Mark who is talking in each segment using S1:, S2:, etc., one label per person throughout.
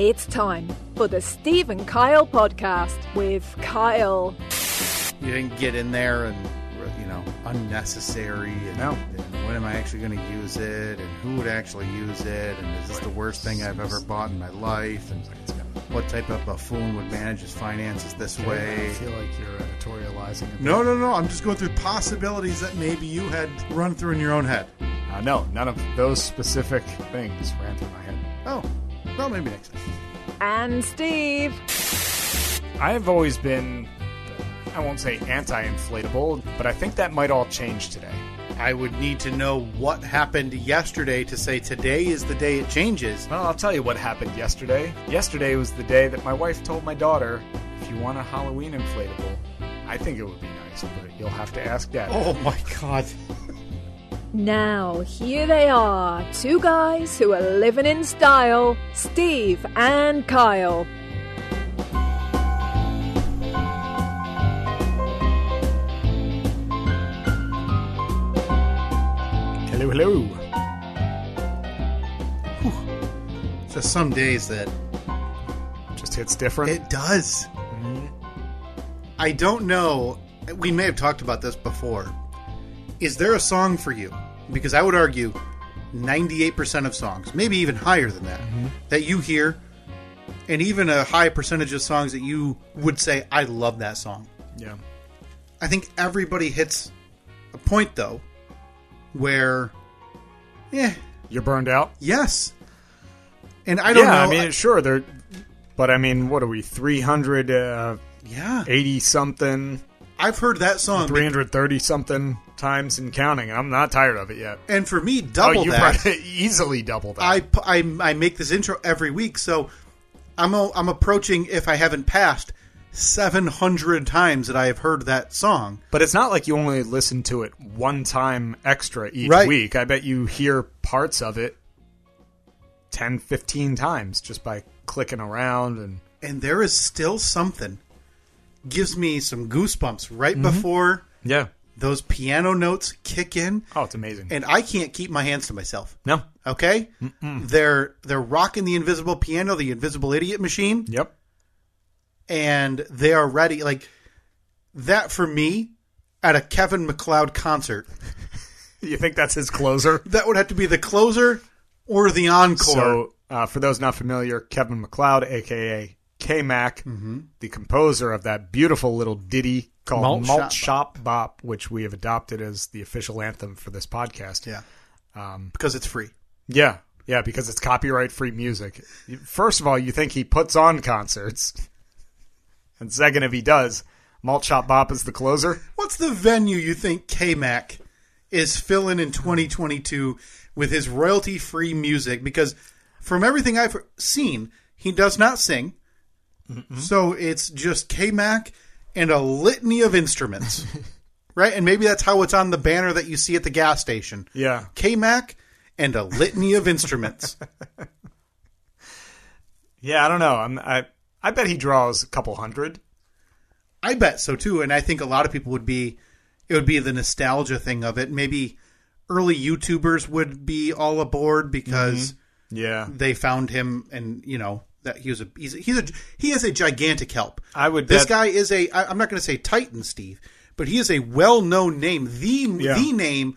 S1: It's time for the Steve and Kyle podcast with Kyle.
S2: you didn't get in there and you know unnecessary and,
S3: No.
S2: and when am i actually going to use it and who would actually use it and is this the worst thing i've ever bought in my life and what type of buffoon would manage his finances this
S3: I
S2: way
S3: feel like you're editorializing. a
S2: no
S3: bit.
S2: no no i'm just going through possibilities that maybe you had run through in your own head
S3: Uh, no, none of those specific things ran through my head.
S2: oh well maybe next time
S1: And Steve.
S3: I've always been, I won't say anti-inflatable, but I think that might all change today.
S2: i would need to know what happened yesterday to say today is the day it changes
S3: Well, I'll tell you what happened yesterday. Yesterday was the day that my wife told my daughter, "If you want a Halloween inflatable, I think it would be nice, but you'll have to ask Dad."
S2: oh my god
S1: Now, here they are, two guys who are living in style Steve and Kyle.
S3: Hello, hello.
S2: so some days that
S3: Just hits different.
S2: It does. I don't know. We may have talked about this before. Is there a song for you? Because I would argue 98% of songs, maybe even higher than that,
S3: Mm-hmm.
S2: that you hear, and even a high percentage of songs that you would say, I love that song.
S3: yeah.
S2: I think everybody hits a point, though, where, yeah,
S3: You're burned out.
S2: yes. And I don't
S3: yeah,
S2: know.
S3: I mean, sure, they're, but I mean, what are we, uh, 380
S2: yeah.
S3: something,
S2: I've heard that song.
S3: 330 something times and counting, and I'm not tired of it yet.
S2: And for me, double
S3: oh, you
S2: that.
S3: probably easily double that.
S2: I, pu- I, I make this intro every week, so I'm o- I'm approaching if I haven't passed 700 times that I have heard that song.
S3: but it's not like you only listen to it one time extra each
S2: Right.
S3: week. I bet you hear parts of it 10, 15 times just by clicking around and
S2: and there is still something gives me some goosebumps right before
S3: yeah.
S2: those piano notes kick in
S3: Oh, it's amazing.
S2: and I can't keep my hands to myself.
S3: no.
S2: Okay? They're they're rocking the invisible piano, the invisible idiot machine.
S3: Yep.
S2: and they are ready. Like that for me at a Kevin McLeod concert,
S3: You think that's his closer?
S2: that would have to be the closer or the encore.
S3: So, uh, for those not familiar, Kevin McLeod, aka K Mac, the composer of that beautiful little ditty called
S2: Malt
S3: Malt,
S2: Shop
S3: Shop Bop. which we have adopted as the official anthem for this podcast.
S2: yeah,
S3: um,
S2: because it's free.
S3: yeah, yeah, because it's copyright free music. First of all, you think he puts on concerts, and second, if he does, Malt Shop Bop is the closer.
S2: What's the venue you think K Mac is filling in 2022 with his royalty free music? Because from everything I've seen, he does not sing. So it's just K Mac and a litany of instruments. right? And maybe that's how it's on the banner that you see at the gas station.
S3: Yeah,
S2: K Mac and a litany of instruments.
S3: yeah. I don't know. I'm, I I bet he draws a couple hundred.
S2: I bet so too, and I think a lot of people would be. It would be the nostalgia thing of it. Maybe early YouTubers would be all aboard because
S3: Yeah,
S2: they found him, and you know that he was a he's a, he's a he is a gigantic help.
S3: I would
S2: This
S3: bet-
S2: guy is a. I, I'm not going to say Titan Steve, but he is a well-known name. The
S3: Yeah.
S2: the name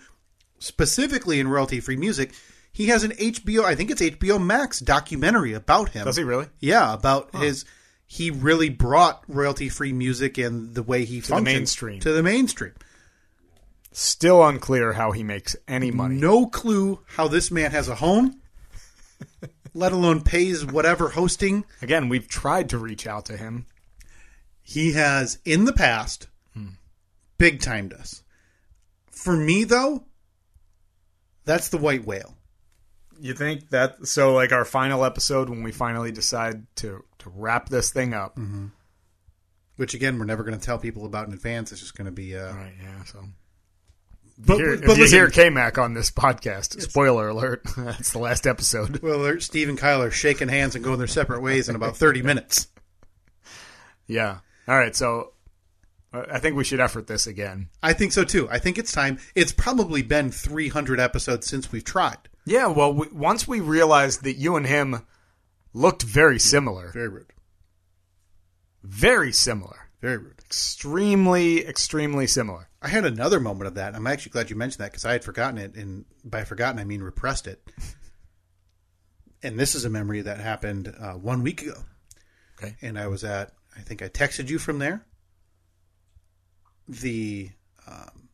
S2: specifically in royalty-free music. He has an HBO. I think it's HBO Max documentary about him.
S3: does he really?
S2: Yeah, about his. He really brought royalty free music and the way he to
S3: the mainstream.
S2: to the mainstream.
S3: Still unclear how he makes any money.
S2: No clue how this man has a home, let alone pays whatever hosting.
S3: Again, we've tried to reach out to him.
S2: He has in the past big timed us. For me though, that's the white whale.
S3: You think that so like our final episode when we finally decide to to wrap this thing up.
S2: Which again, we're never going to tell people about in advance. It's just going to be, uh,
S3: All right, yeah, so
S2: but,
S3: Here-
S2: but
S3: if you
S2: listen,
S3: hear K-Mac on this podcast, spoiler alert, that's the last episode.
S2: well, Steve and Kyle are shaking hands and going their separate ways in about 30 minutes.
S3: Yeah. All right, so uh, I think we should effort this again.
S2: I think so too. I think it's time. It's probably been 300 episodes since we've tried.
S3: Yeah, well, we, once we realized that you and him looked very similar,
S2: Very rude.
S3: very similar,
S2: Very rude.
S3: extremely, extremely similar.
S2: I had another moment of that. I'm actually glad you mentioned that because I had forgotten it, and by forgotten I mean repressed it. and this is a memory that happened uh, one week ago.
S3: Okay.
S2: And I was at, I think I texted you from there. The um,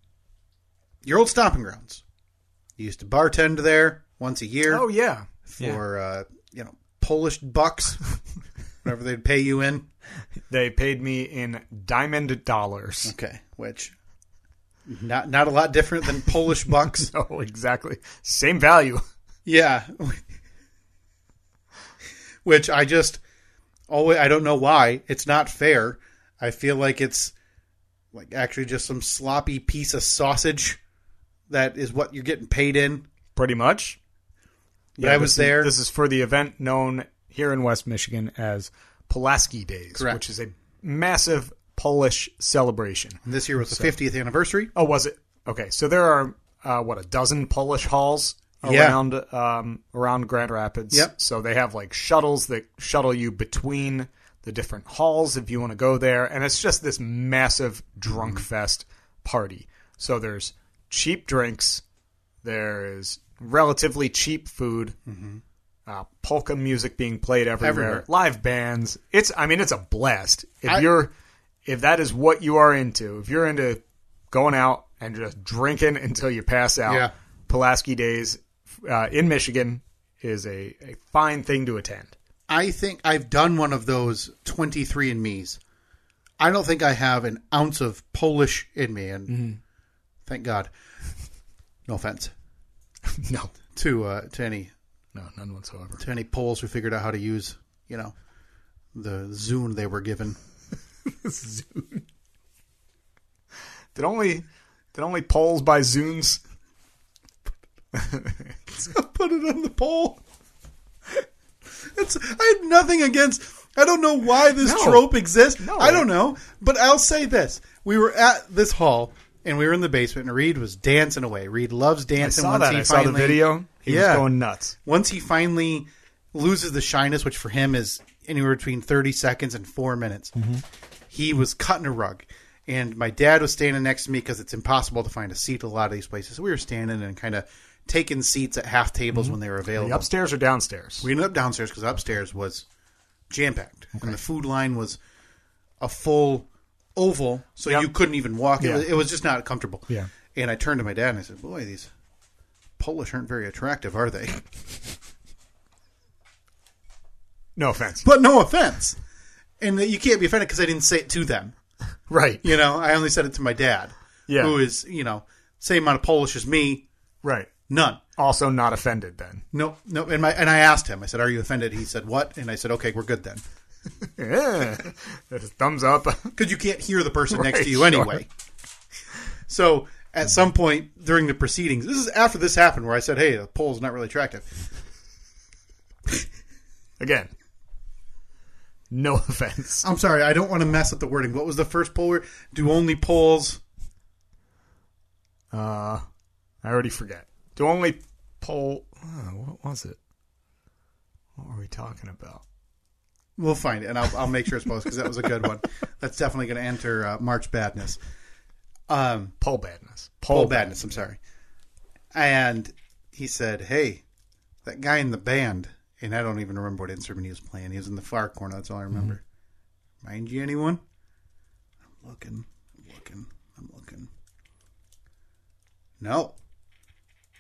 S2: your old stomping grounds. You used to bartend there once a year
S3: Oh yeah, Yeah.
S2: for uh, you know Polish bucks, whatever they'd pay you in.
S3: They paid me in diamond dollars.
S2: Okay, which not not a lot different than Polish bucks.
S3: Oh, exactly. Same value.
S2: Yeah. Which I just always I don't know why. It's not fair. I feel like it's like actually just some sloppy piece of sausage that is what you're getting paid in.
S3: Pretty much.
S2: But I was
S3: this is-
S2: there.
S3: This is for the event known here in West Michigan as Pulaski Days,
S2: Correct.
S3: which is a massive Polish celebration.
S2: And this year was the 50th anniversary.
S3: Oh, was it? Okay, so there are uh, what a dozen Polish halls
S2: Yeah.
S3: around um, around Grand Rapids.
S2: Yep.
S3: So they have like shuttles that shuttle you between the different halls if you want to go there, and it's just this massive
S2: Mm-hmm.
S3: drunk fest party. So there's cheap drinks, there is relatively cheap food. Uh, polka music being played everywhere,
S2: Mm-hmm. Everywhere.
S3: live bands. It's, I mean, it's a blast. If
S2: I-
S3: you're, if that is what you are into, if you're into going out and just drinking until you pass out.
S2: Yeah.
S3: Pulaski Days uh, in Michigan is a, a fine thing to attend.
S2: I think I've done one of those 23 and me's. I don't think I have an ounce of Polish in me and thank God. No offense
S3: no,
S2: to uh, to any
S3: no, none whatsoever.
S2: to any Poles who figured out how to use, you know, the Zune they were given.
S3: Did only did only polls by Zunes?
S2: Put it on the pole. It's, I have nothing against. I don't know why this
S3: No.
S2: trope exists.
S3: No.
S2: I don't know, but I'll say this: we were at this hall and we were in the basement, and Reed was dancing away. Reed loves
S3: I
S2: dancing.
S3: saw
S2: once
S3: that.
S2: He
S3: I saw the
S2: finally-
S3: video. He
S2: Yeah.
S3: was going nuts.
S2: Once he finally loses the shyness, which for him is anywhere between 30 seconds and four minutes, he was cutting a rug. And my dad was standing next to me because it's impossible to find a seat at a lot of these places. So we were standing and kind of taking seats at half tables when they were available.
S3: The upstairs or downstairs?
S2: We ended up downstairs because upstairs was jam packed, and the food line was a full oval, so
S3: Yep.
S2: you couldn't even walk. It,
S3: Yeah.
S2: was, it was just not comfortable.
S3: Yeah.
S2: And I turned to my dad and I said, "Boy, these Polish aren't very attractive, are they?"
S3: no offense.
S2: but no offense, and that you can't be offended because I didn't say it to them.
S3: Right.
S2: You know, I only said it to my dad,
S3: Yeah.
S2: who is you know same amount of Polish as me,
S3: Right.
S2: none.
S3: Also not offended then.
S2: No, no, and my and I asked him. I said, "Are you offended?" He said, "What?" And I said, "Okay, we're good then,"
S3: Yeah. Thumbs up.
S2: because you can't hear the person next
S3: Right,
S2: to you
S3: sure.
S2: anyway. So at some point during the proceedings, this is after this happened, where I said, "Hey, the poll's not really attractive."
S3: Again. No offense.
S2: I'm sorry, I don't want to mess up the wording. What was the first poll? word? Do only polls?
S3: Uh, I already forget. Do only poll. Uh, what was it? What were we talking about?
S2: We'll find it, and I'll, I'll make sure it's posted because that was a good one. That's definitely going to enter uh, March Badness. Um,
S3: Poll badness.
S2: poll Badness. I'm sorry. And he said, "Hey, that guy in the band," and I don't even remember what instrument he was playing. He was in the far corner. That's all I remember. Mind you, anyone? I'm looking. I'm looking. I'm looking. No.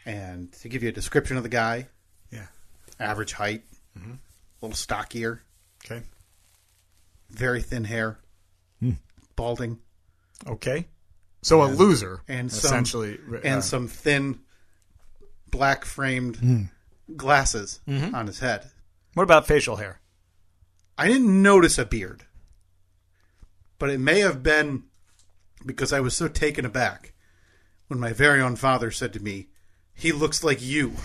S2: And to give you a description of the guy,
S3: Yeah.
S2: average height, a little stockier,
S3: Okay.
S2: very thin hair,
S3: Hmm.
S2: balding,
S3: Okay. So a loser,
S2: and some,
S3: essentially, uh,
S2: and some thin, black framed
S3: Hmm.
S2: glasses
S3: Mm-hmm.
S2: on his head.
S3: What about facial hair?
S2: I didn't notice a beard, but it may have been because I was so taken aback when my very own father said to me, "He looks like you."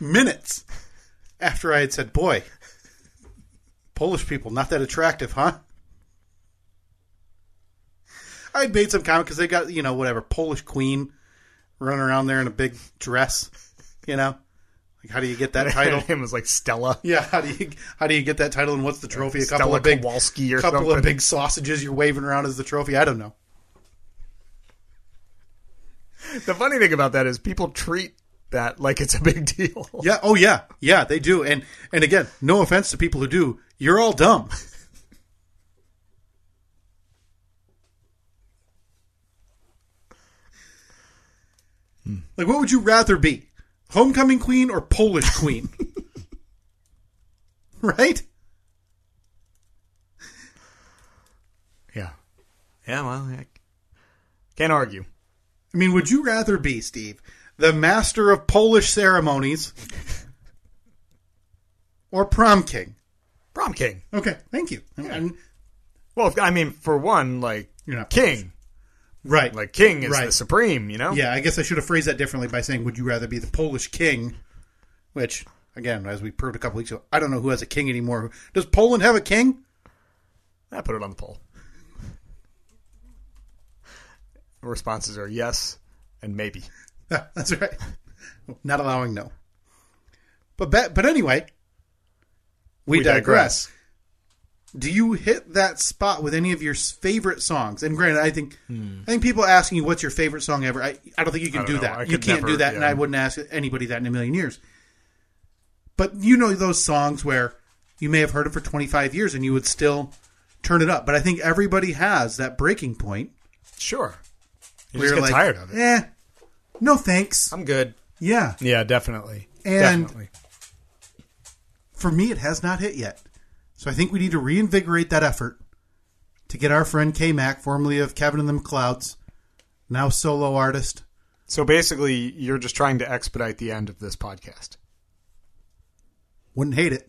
S2: Minutes after I had said, "Boy, Polish people not that attractive, huh?" I'd made some comment because they got you know whatever Polish queen running around there in a big dress, you know. Like, how do you get that title?
S3: Him was like Stella.
S2: Yeah, how do you how do you get that title and what's the trophy? A couple
S3: Stella
S2: of big
S3: Kowalski or
S2: couple of
S3: something.
S2: big sausages you're waving around as the trophy. I don't know.
S3: The funny thing about that is people treat that like it's a big deal.
S2: Yeah, oh yeah, yeah, they do. And and again, no offense to people who do, you're all dumb. like, what would you rather be, homecoming queen or Polish queen? right?
S3: Yeah. Yeah, well, I can't argue.
S2: I mean, would you rather be, Steve, the master of Polish ceremonies or prom king?
S3: Prom king.
S2: Okay, thank you. And-
S3: Well, if- I mean, for one, like
S2: You're not
S3: king,
S2: right.
S3: like king is
S2: Right.
S3: the supreme, you know.
S2: yeah, I guess I should have phrased that differently by saying, would you rather be the Polish king? Which, again, as we proved a couple weeks ago, I don't know who has a king anymore. Does Poland have a king?
S3: I put it on the poll. Responses are yes and maybe.
S2: Yeah, Ah, That's right. Not allowing no. But ba- but anyway, we,
S3: We
S2: digress.
S3: digress.
S2: Do you hit that spot with any of your s- favorite songs? And granted, I think I think people asking you what's your favorite song ever. I, I don't think you can
S3: I
S2: do
S3: don't know.
S2: that.
S3: I
S2: you
S3: could
S2: can't do
S3: never-
S2: that, and
S3: yeah.
S2: I wouldn't ask anybody that in a million years. But you know those songs where you may have heard it for twenty five years and you would still turn it up. But I think everybody has that breaking point.
S3: Sure. You
S2: where
S3: just get
S2: you're like,
S3: tired of it.
S2: Eh, no thanks.
S3: I'm good.
S2: Yeah.
S3: Yeah, definitely.
S2: And-
S3: definitely.
S2: for me, it has not hit yet. So I think we need to reinvigorate that effort to get our friend K Mac, formerly of Kevin and the McLeods, now solo artist.
S3: So basically, you're just trying to expedite the end of this podcast.
S2: Wouldn't hate it.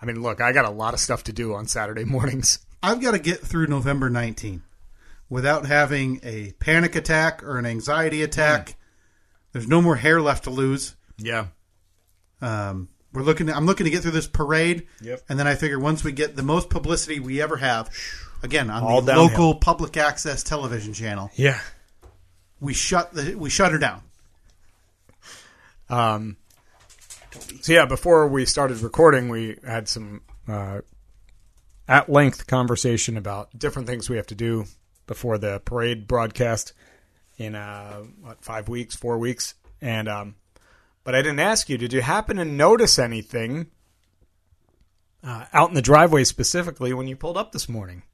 S3: I mean, look, I got a lot of stuff to do on Saturday mornings.
S2: I've got to get through November 19 without having a panic attack or an anxiety attack. There's no more hair left to lose.
S3: Yeah.
S2: Um, we're looking. I'm looking to get through this parade,
S3: Yep.
S2: and then I figure once we get the most publicity we ever have, again on
S3: All
S2: the
S3: downhill.
S2: local public access television channel,
S3: Yeah.
S2: we shut the we shut her down.
S3: Um, so yeah, before we started recording, we had some uh, at length conversation about different things we have to do before the parade broadcast in uh, what five weeks, four weeks, and um, but I didn't ask you. Did you happen to notice anything uh, out in the driveway specifically when you pulled up this morning?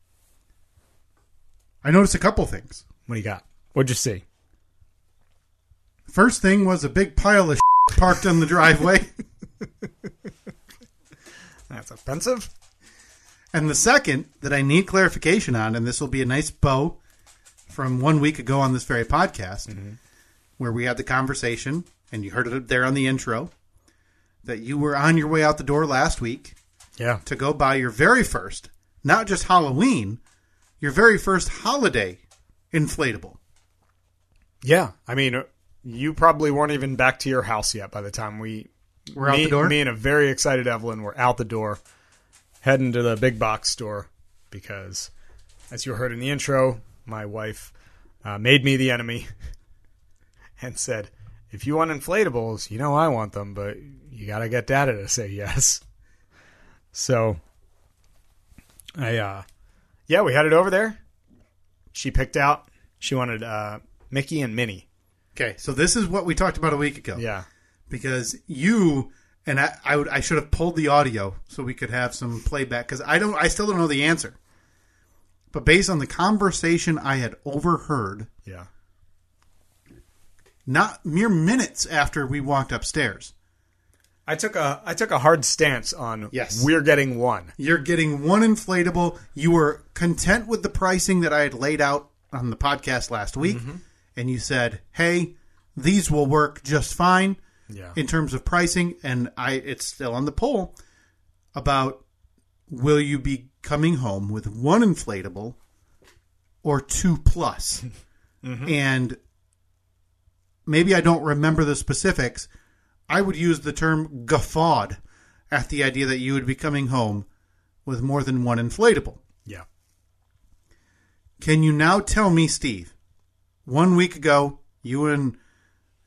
S2: I noticed a couple things.
S3: What do you got? What'd you see?
S2: First thing was a big pile of parked on the driveway,
S3: That's offensive.
S2: and the second that I need clarification on, and this will be a nice bow from one week ago on this very podcast, where we had the conversation, and you heard it there on the intro, that you were on your way out the door last week
S3: Yeah.
S2: to go buy your very first, not just Halloween, your very first holiday inflatable.
S3: Yeah, I mean, you probably weren't even back to your house yet by the time we
S2: We're out
S3: me,
S2: the door?
S3: Me and a very excited Evelyn were out the door, heading to the big box store because, as you heard in the intro, my wife uh, made me the enemy and said, "If you want inflatables, you know I want them, but you got to get Dada to say yes." So, I uh, yeah, we had it over there. She picked out. She wanted uh, Mickey and Minnie.
S2: Okay, so this is what we talked about a week ago.
S3: Yeah.
S2: because you and I, I would I should have pulled the audio so we could have some playback because I don't I still don't know the answer. But based on the conversation I had overheard,
S3: Yeah.
S2: not mere minutes after we walked upstairs,
S3: I took a I took a hard stance on
S2: Yes.
S3: we're getting one.
S2: You're getting one inflatable. You were content with the pricing that I had laid out on the podcast last week, and you said, "Hey, these will work just fine
S3: Yeah.
S2: in terms of pricing." And I, it's still on the poll about will you be coming home with one inflatable or two plus? And maybe I don't remember the specifics. I would use the term guffawed at the idea that you would be coming home with more than one inflatable.
S3: yeah.
S2: Can you now tell me, Steve? One week ago, you and,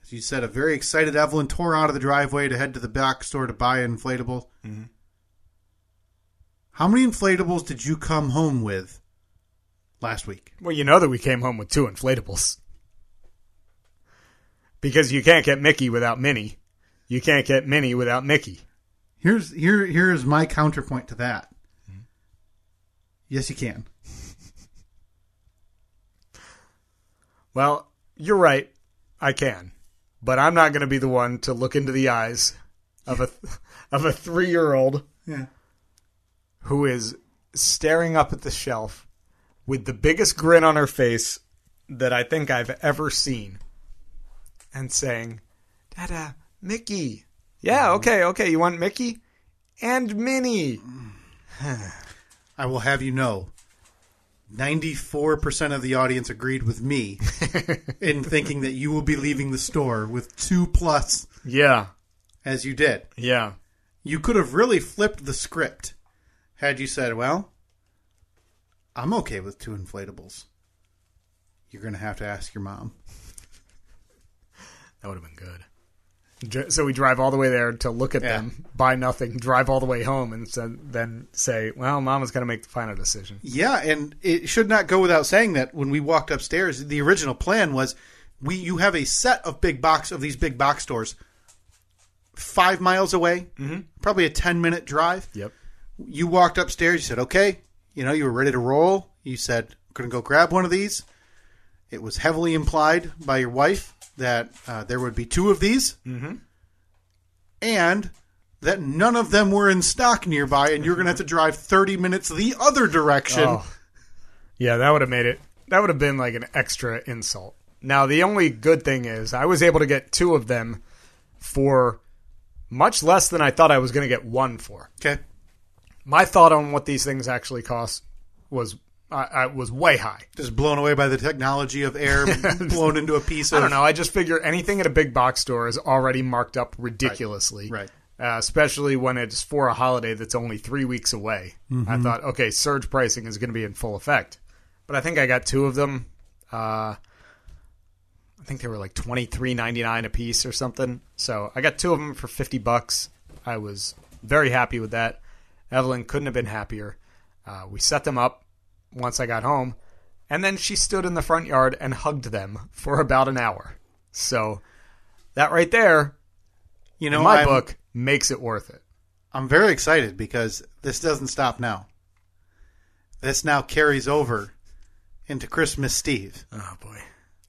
S2: as you said, a very excited Evelyn tore out of the driveway to head to the back store to buy an inflatable. How many inflatables did you come home with last week?
S3: Well, you know that we came home with two inflatables. Because you can't get Mickey without Minnie. You can't get Minnie without Mickey.
S2: Here's here here is my counterpoint to that. Yes, you can.
S3: Well, you're right. I can. But I'm not going to be the one to look into the eyes of a of a 3-year-old
S2: Yeah.
S3: who is staring up at the shelf with the biggest grin on her face that I think I've ever seen and saying, Dada, Mickey. Yeah, okay, okay. You want Mickey? And Minnie.
S2: I will have you know, 94% of the audience agreed with me in thinking that you will be leaving the store with two plus
S3: Yeah,
S2: as you did.
S3: yeah.
S2: You could have really flipped the script had you said, well, I'm okay with two inflatables. You're going to have to ask your mom.
S3: That would have been good. Dr- So we drive all the way there to look at
S2: Yeah.
S3: them, buy nothing, drive all the way home, and so, then say, well, Mama's going to make the final decision.
S2: Yeah, and it should not go without saying that when we walked upstairs, the original plan was we you have a set of big box of these big box stores five miles away, mm-hmm. probably a ten minute drive.
S3: Yep.
S2: You walked upstairs, you said, Okay, you know, you were ready to roll. You said, I'm gonna go grab one of these. It was heavily implied by your wife that uh, there would be two of these mm-hmm. and that none of them were in stock nearby, and you're going to have to drive 30 minutes the other direction.
S3: Oh. Yeah, that would have made it. That would have been like an extra insult. Now, the only good thing is I was able to get two of them for much less than I thought I was going to get one for.
S2: Okay.
S3: My thought on what these things actually cost was I, I was way high.
S2: Just blown away by the technology of air blown into a piece of.
S3: I don't know. I just figure anything at a big box store is already marked up ridiculously.
S2: Right.
S3: Uh, especially when it's for a holiday that's only three weeks away. I thought, okay, surge pricing is going to be in full effect. But I think I got two of them. Uh, I think they were like twenty three ninety nine a piece or something. So I got two of them for fifty bucks. I was very happy with that. Evelyn couldn't have been happier. Uh, we set them up once I got home, and then she stood in the front yard and hugged them for about an hour. So that right there,
S2: You
S3: in
S2: know,
S3: my
S2: I'm,
S3: book, makes it worth it.
S2: I'm very excited because this doesn't stop now. This now carries over into Christmas Steve.
S3: Oh boy.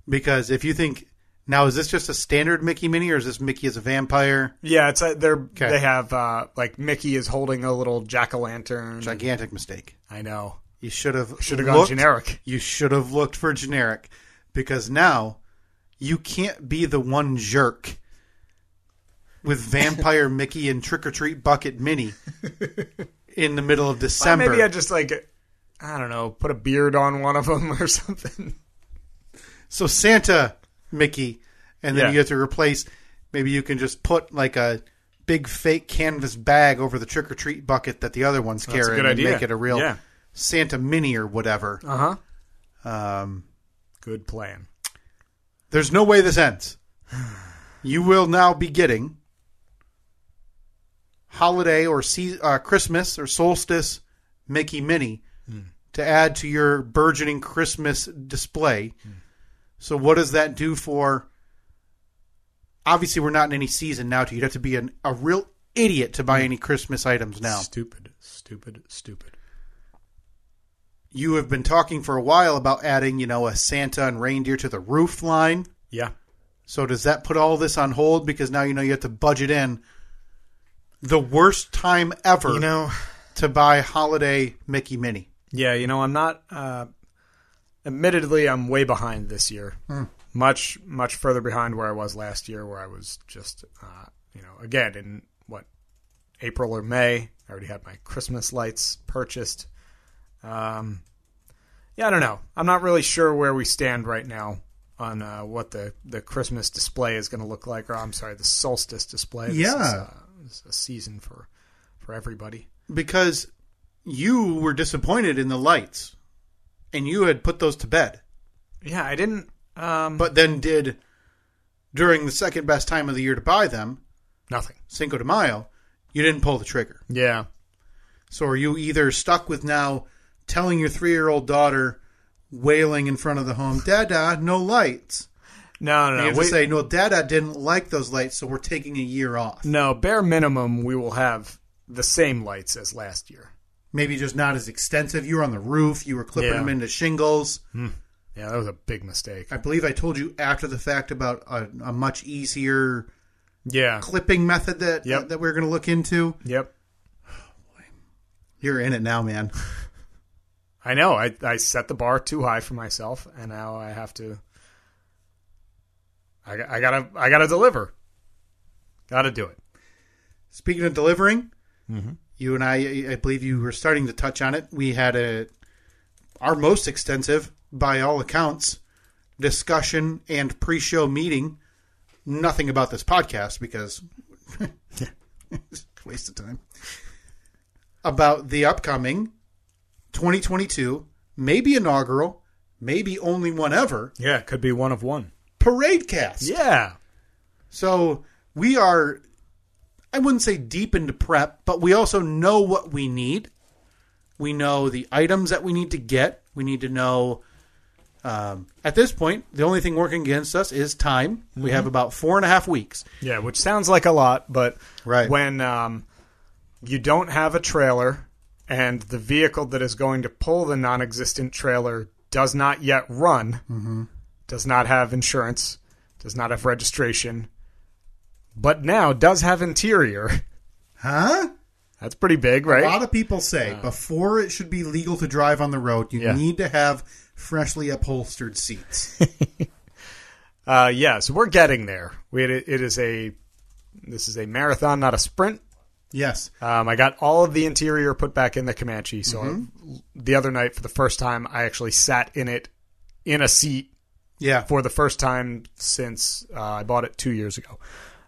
S2: Because if you think. Now, is this just a standard Mickey Mini or is this Mickey as a vampire?
S3: Yeah, it's a, they're
S2: Okay.
S3: they have uh, like Mickey is holding a little jack o' lantern.
S2: Gigantic mistake.
S3: I know.
S2: You should have
S3: Should have gone
S2: looked-
S3: generic.
S2: You should have looked for generic because now you can't be the one jerk with vampire Mickey and trick or treat bucket Minnie in the middle of
S3: Well,
S2: December.
S3: maybe I just like I don't know, put a beard on one of them or something.
S2: so Santa Mickey, and then
S3: Yeah.
S2: you have to replace. Maybe you can just put like a big fake canvas bag over the trick or treat bucket that the other one's
S3: a
S2: carrying
S3: good
S2: and
S3: idea.
S2: make it a real
S3: Yeah.
S2: Santa Mini or whatever.
S3: Uh huh.
S2: Um,
S3: Good plan.
S2: There's no way this ends. You will now be getting holiday or sea- uh, Christmas or solstice Mickey Mini to add to your burgeoning Christmas display. So, what does that do for? Obviously, we're not in any season now. To you'd have to be an, a real idiot to buy any Christmas items now.
S3: Stupid, stupid, stupid.
S2: You have been talking for a while about adding, you know, a Santa and reindeer to the roof line.
S3: Yeah.
S2: So does that put all this on hold because now you know you have to budget in the worst time ever
S3: You know,
S2: to buy holiday Mickey Mini.
S3: yeah, you know, I'm not. Uh, admittedly, I'm way behind this year. Much, much further behind where I was last year, where I was just, uh, you know, again in what April or May. I already had my Christmas lights purchased. Um, yeah, I don't know. I'm not really sure where we stand right now on uh, what the, the Christmas display is going to look like, or I'm sorry, the solstice display. This is,
S2: Yeah.
S3: uh, this is a season for for everybody.
S2: because you were disappointed in the lights and you had put those to bed
S3: Yeah, I didn't. Um,
S2: but then did during the second best time of the year to buy them
S3: nothing.
S2: cinco de mayo you didn't pull the trigger
S3: Yeah,
S2: so are you either stuck with now telling your three-year-old daughter wailing in front of the home dada no lights
S3: no,
S2: and you
S3: no, no.
S2: have to
S3: We,
S2: say no dada didn't like those lights so we're taking a year off
S3: no, bare minimum, we will have the same lights as last year.
S2: maybe just not as extensive you were on the roof you were clipping
S3: Yeah.
S2: them into shingles
S3: Yeah, that was a big mistake.
S2: I believe I told you after the fact about a, a much easier
S3: Yeah,
S2: clipping method that
S3: Yep.
S2: that we're going to look into.
S3: yep.
S2: You're in it now, man.
S3: I know. I I set the bar too high for myself, and now I have to. I, I gotta I gotta deliver. Gotta do it.
S2: Speaking of delivering, you and I, I believe you were starting to touch on it. We had a our most extensive, by all accounts, discussion and pre-show meeting. Nothing about this podcast because it's a waste of time. About the upcoming 2022, maybe inaugural, maybe only one ever
S3: Yeah, it could be one of one.
S2: parade cast.
S3: Yeah,
S2: So we are, I wouldn't say deep into prep, but we also know what we need. We know the items that we need to get. We need to know. Um, at this point, the only thing working against us is time. We have about four and a half weeks.
S3: yeah. Which sounds like a lot, but
S2: Right.
S3: when um, you don't have a trailer and the vehicle that is going to pull the non-existent trailer does not yet run, does not have insurance, does not have registration, but now does have interior.
S2: Huh?
S3: That's pretty big,
S2: A
S3: right?
S2: lot of people say before it should be legal to drive on the road, you
S3: Yeah.
S2: need to have freshly upholstered seats.
S3: Uh, yeah, so we're getting there. We had, it is a this is a marathon, not a sprint.
S2: yes.
S3: Um, I got all of the interior put back in the Comanche. So I- the other night, for the first time, I actually sat in it in a seat
S2: Yeah.
S3: for the first time since uh, I bought it two years ago.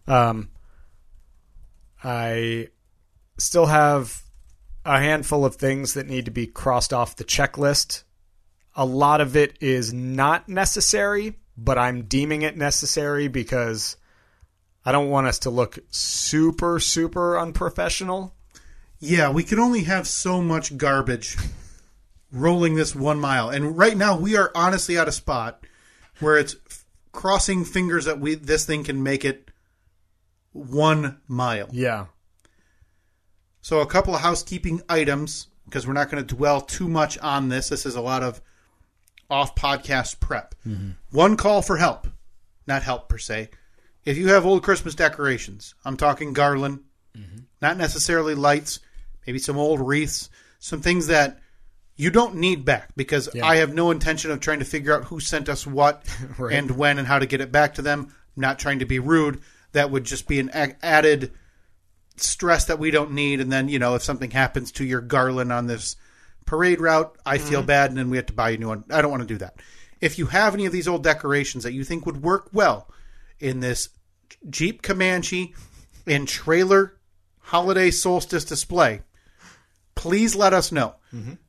S3: Um, I still have a handful of things that need to be crossed off the checklist. A lot of it is not necessary, but I'm deeming it necessary because I don't want us to look super, super unprofessional.
S2: Yeah, we can only have so much garbage rolling this one mile. And right now, we are honestly at a spot where it's f- crossing fingers that we this thing can make it one mile.
S3: Yeah.
S2: So, a couple of housekeeping items because we're not going to dwell too much on this. This is a lot of off podcast prep. One call for help, not help per se. If you have old Christmas decorations, I'm talking garland, not necessarily lights, maybe some old wreaths, some things that you don't need back because I have no intention of trying to figure out who sent us what
S3: Right.
S2: and when and how to get it back to them. I'm not trying to be rude. That would just be an a- added stress that we don't need. And then, you know, if something happens to your garland on this parade route, I feel bad and then we have to buy a new one. I don't want to do that. If you have any of these old decorations that you think would work well in this Jeep Comanche and trailer holiday solstice display, please let us know.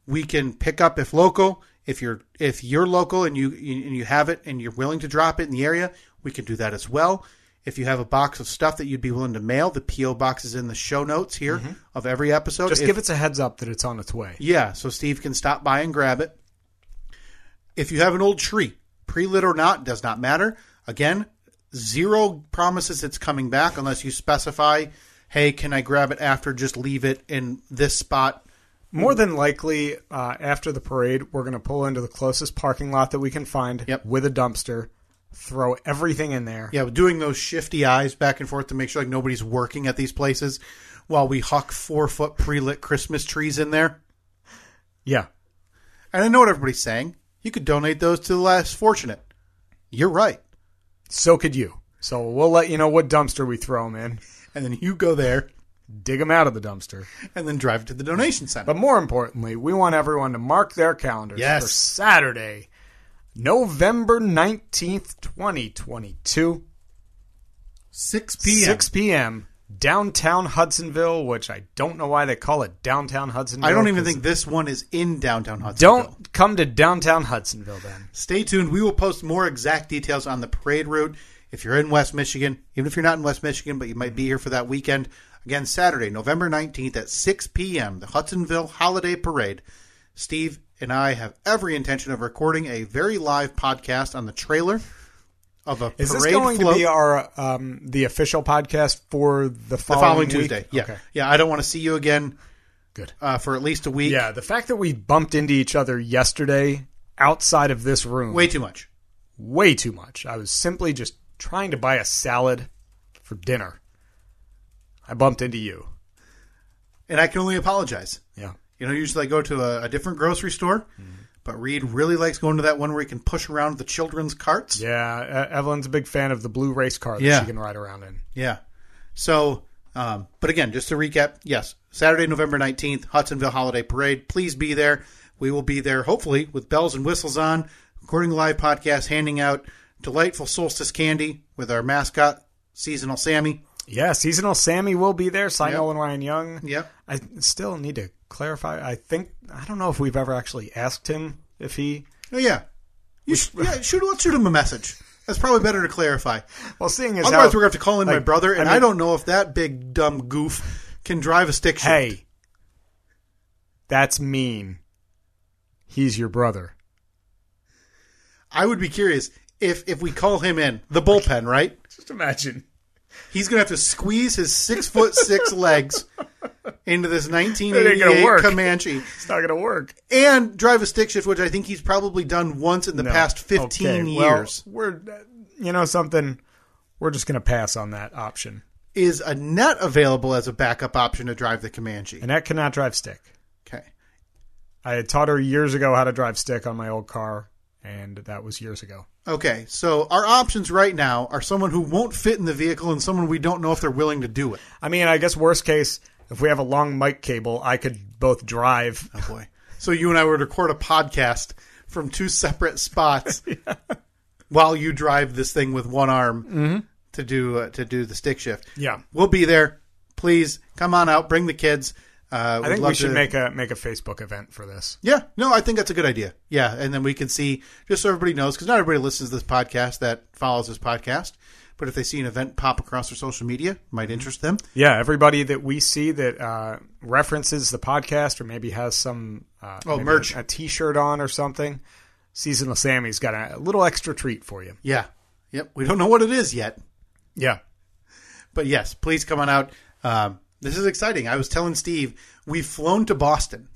S2: We can pick up if local. If you're if you're local and you and you have it and you're willing to drop it in the area, we can do that as well. If you have a box of stuff that you'd be willing to mail, the PO box is in the show notes here of every episode.
S3: Mm-hmm. Just
S2: If-
S3: give us a heads up that it's on its way.
S2: yeah, so Steve can stop by and grab it. If you have an old tree, pre lit or not, does not matter. Again, zero promises it's coming back unless you specify, hey, can I grab it after? Just leave it in this spot.
S3: More than likely, uh, after the parade, we're going to pull into the closest parking lot that we can find
S2: Yep.
S3: with a dumpster, throw everything in there.
S2: Yeah, doing those shifty eyes back and forth to make sure like nobody's working at these places while we huck four foot pre lit Christmas trees in there.
S3: Yeah.
S2: And I know what everybody's saying. You could donate those to the less fortunate. You're right.
S3: So could you. So we'll let you know what dumpster we throw them in,
S2: And then you go there
S3: dig them out of the dumpster.
S2: and then drive to the donation center.
S3: But more importantly, we want everyone to mark their calendars
S2: Yes.
S3: for Saturday, November 19th, 2022,
S2: 6 p.m.
S3: 6 p.m., downtown Hudsonville, which I don't know why they call it downtown Hudsonville.
S2: I don't even
S3: 'cause
S2: think this one is in downtown Hudsonville.
S3: Don't come to downtown Hudsonville then.
S2: Stay tuned. We will post more exact details on the parade route. If you're in West Michigan, even if you're not in West Michigan, but you might be here for that weekend, again, Saturday, November 19th at 6 p.m., the Hudsonville Holiday Parade. Steve and I have every intention of recording a very live podcast on the trailer of a
S3: Is
S2: parade
S3: this going
S2: float
S3: to be our um, the official podcast for the
S2: the
S3: following,
S2: following
S3: week?
S2: Tuesday. Yeah.
S3: Okay.
S2: Yeah. I don't want to see you again
S3: Good.
S2: uh, for at least a week.
S3: Yeah, the fact that we bumped into each other yesterday outside of this room
S2: Way too much.
S3: way too much. I was simply just trying to buy a salad for dinner. I bumped into you.
S2: And I can only apologize.
S3: Yeah.
S2: You know, usually I go to a, a different grocery store, but Reed really likes going to that one where he can push around the children's carts.
S3: Yeah, E- Evelyn's a big fan of the blue race car that
S2: Yeah.
S3: she can ride around in.
S2: Yeah. So, um, but again, just to recap, yes, Saturday, November 19th, Hudsonville Holiday Parade. Please be there. We will be there, hopefully, with bells and whistles on, recording a live podcast, handing out delightful solstice candy with our mascot, seasonal Sammy.
S3: Yeah, seasonal Sammy will be there. Simon
S2: Yep.
S3: and Ryan Young.
S2: Yep.
S3: I still need to clarify. I think I don't know if we've ever actually asked him if he.
S2: Oh, yeah. You sh- yeah, shoot, let's shoot him a message. That's probably better to clarify.
S3: Well, seeing as
S2: Otherwise,
S3: how-
S2: we're going to have to call in my
S3: like,
S2: brother, and I,
S3: mean,
S2: don't know if that big dumb goof can drive a stick shift.
S3: Hey, that's mean. He's your brother.
S2: I would be curious if if we call him in the bullpen, right?
S3: Just imagine.
S2: He's going to have to squeeze his six foot six legs into this
S3: It ain't gonna
S2: 1988
S3: work.
S2: Comanche
S3: It's not going to work.
S2: and drive a stick shift, which I think he's probably done once in the
S3: No.
S2: past 15
S3: Okay, well,
S2: years.
S3: we're, you know, something. We're just going to pass on that option,
S2: Is a net available as a backup option to drive the Comanche?
S3: and that cannot drive stick.
S2: Okay.
S3: I had taught her years ago how to drive stick on my old car, and that was years ago.
S2: Okay, so our options right now are someone who won't fit in the vehicle and someone we don't know if they're willing to do it.
S3: I mean, I guess worst case, if we have a long mic cable, I could both drive.
S2: Oh boy. So you and I would record a podcast from two separate spots while you drive this thing with one arm to do uh, to do the stick shift.
S3: Mm-hmm. Yeah.
S2: We'll be there. Please come on out, bring the kids. Uh,
S3: I think we should make a make a Facebook event for this.
S2: Yeah, no, I think that's a good idea. Yeah, and then we can see just so everybody knows because not everybody listens to this podcast that follows this podcast, but if they see an event pop across their social media, it
S3: Mm-hmm.
S2: might interest them.
S3: Yeah, everybody that we see that uh, references the podcast or maybe has some uh,
S2: Oh,
S3: maybe
S2: merch.
S3: a, a T-shirt on or something. Seasonal Sammy's got a, a little extra treat for you.
S2: Yeah. Yep. We don't know what it is yet,
S3: Yeah,
S2: but yes, please come on out. Um, this is exciting. I was telling Steve we've flown to Boston.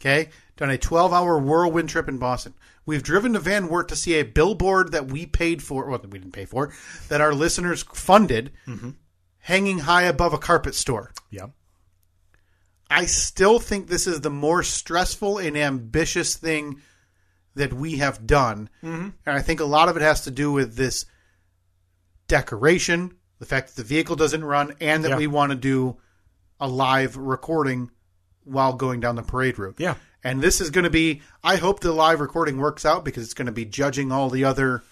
S2: Okay, done a twelve-hour whirlwind trip in Boston. We've driven to Van Wert to see a billboard that we paid for. Well, we didn't pay for that. Our listeners funded, hanging high above a carpet store.
S3: yeah.
S2: I still think this is the more stressful and ambitious thing that we have done.
S3: Mm-hmm.
S2: And I think a lot of it has to do with this decoration, the fact that the vehicle doesn't run, and that
S3: Yeah.
S2: we want to do a live recording while going down the parade route.
S3: Yeah.
S2: And this is going to be, I hope the live recording works out because it's going to be judging all the other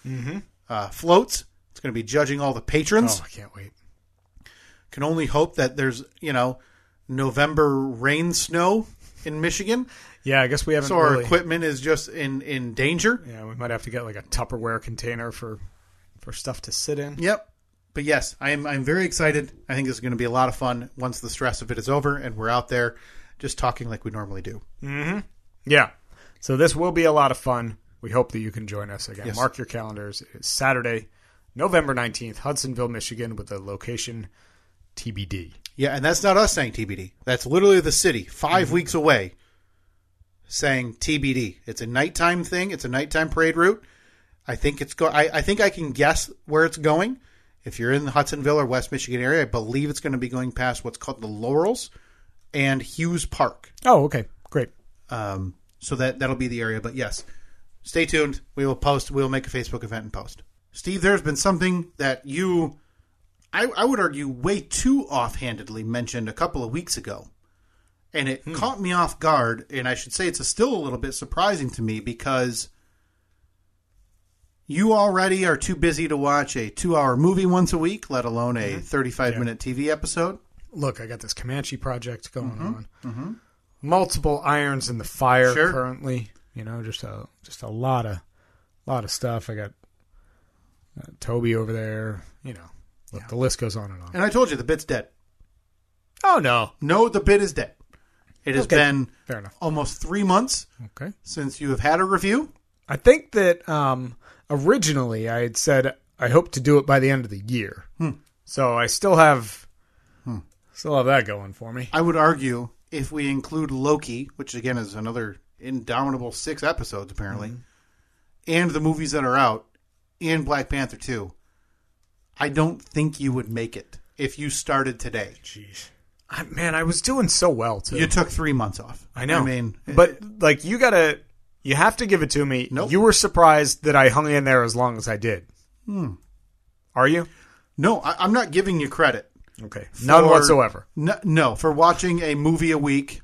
S2: uh, floats. It's going to be judging all the patrons
S3: Mm-hmm. Oh, I can't wait.
S2: can only hope that there's you know November rain snow in Michigan,
S3: Yeah, I guess we haven't.
S2: so our
S3: really-
S2: equipment is just in in danger.
S3: Yeah, we might have to get like a Tupperware container for for stuff to sit in.
S2: Yep. But yes, I'm I'm very excited. I think this is going to be a lot of fun once the stress of it is over and we're out there just talking like we normally do.
S3: Yeah. So this will be a lot of fun. We hope that you can join us again.
S2: Yes.
S3: Mark your calendars. It's Saturday, November 19th, Hudsonville, Michigan, with the location TBD.
S2: Yeah, and that's not us saying TBD. That's literally the city 5 weeks away saying TBD. It's a nighttime thing. It's a nighttime parade route. I think it's go. I, I think I can guess where it's going, If you're in the Hudsonville or West Michigan area, I believe it's going to be going past what's called the Laurels and Hughes Park.
S3: Oh, okay, great.
S2: Um, so that that'll be the area. But yes, stay tuned. We will post. We will make a Facebook event and post. Steve, there's been something that you, I, I would argue, way too offhandedly mentioned a couple of weeks ago, and it caught me off guard. And I should say it's still a little bit surprising to me because you already are too busy to watch a two-hour movie once a week, let alone a 35-minute TV episode.
S3: Look, I got this Comanche project going on. Multiple irons in the fire
S2: Sure.
S3: currently. You know, just a just a lot of lot of stuff. I got uh, Toby over there. You know, look, the list goes on and on.
S2: And I told you the bit's dead.
S3: Oh no,
S2: No, the bid is dead. It has
S3: Okay.
S2: been
S3: fair enough.
S2: almost three months
S3: Okay.
S2: since you have had a review.
S3: I think that um, originally I had said I hope to do it by the end of the year.
S2: Hmm.
S3: So I still have still have that going for me.
S2: I would argue if we include Loki, which again is another indomitable six episodes apparently,
S3: Mm-hmm.
S2: and the movies that are out, and Black Panther 2, I don't think you would make it if you started today.
S3: Jeez, I, man, I was doing so well too.
S2: You took three months off.
S3: I know.
S2: I mean,
S3: but like you gotta, you have to give it to me.
S2: Nope.
S3: You were surprised that I hung in there as long as I did.
S2: Hmm.
S3: Are you?
S2: no, I, I'm not giving you credit.
S3: Okay. None
S2: for-
S3: whatsoever.
S2: No, no, for watching a movie a week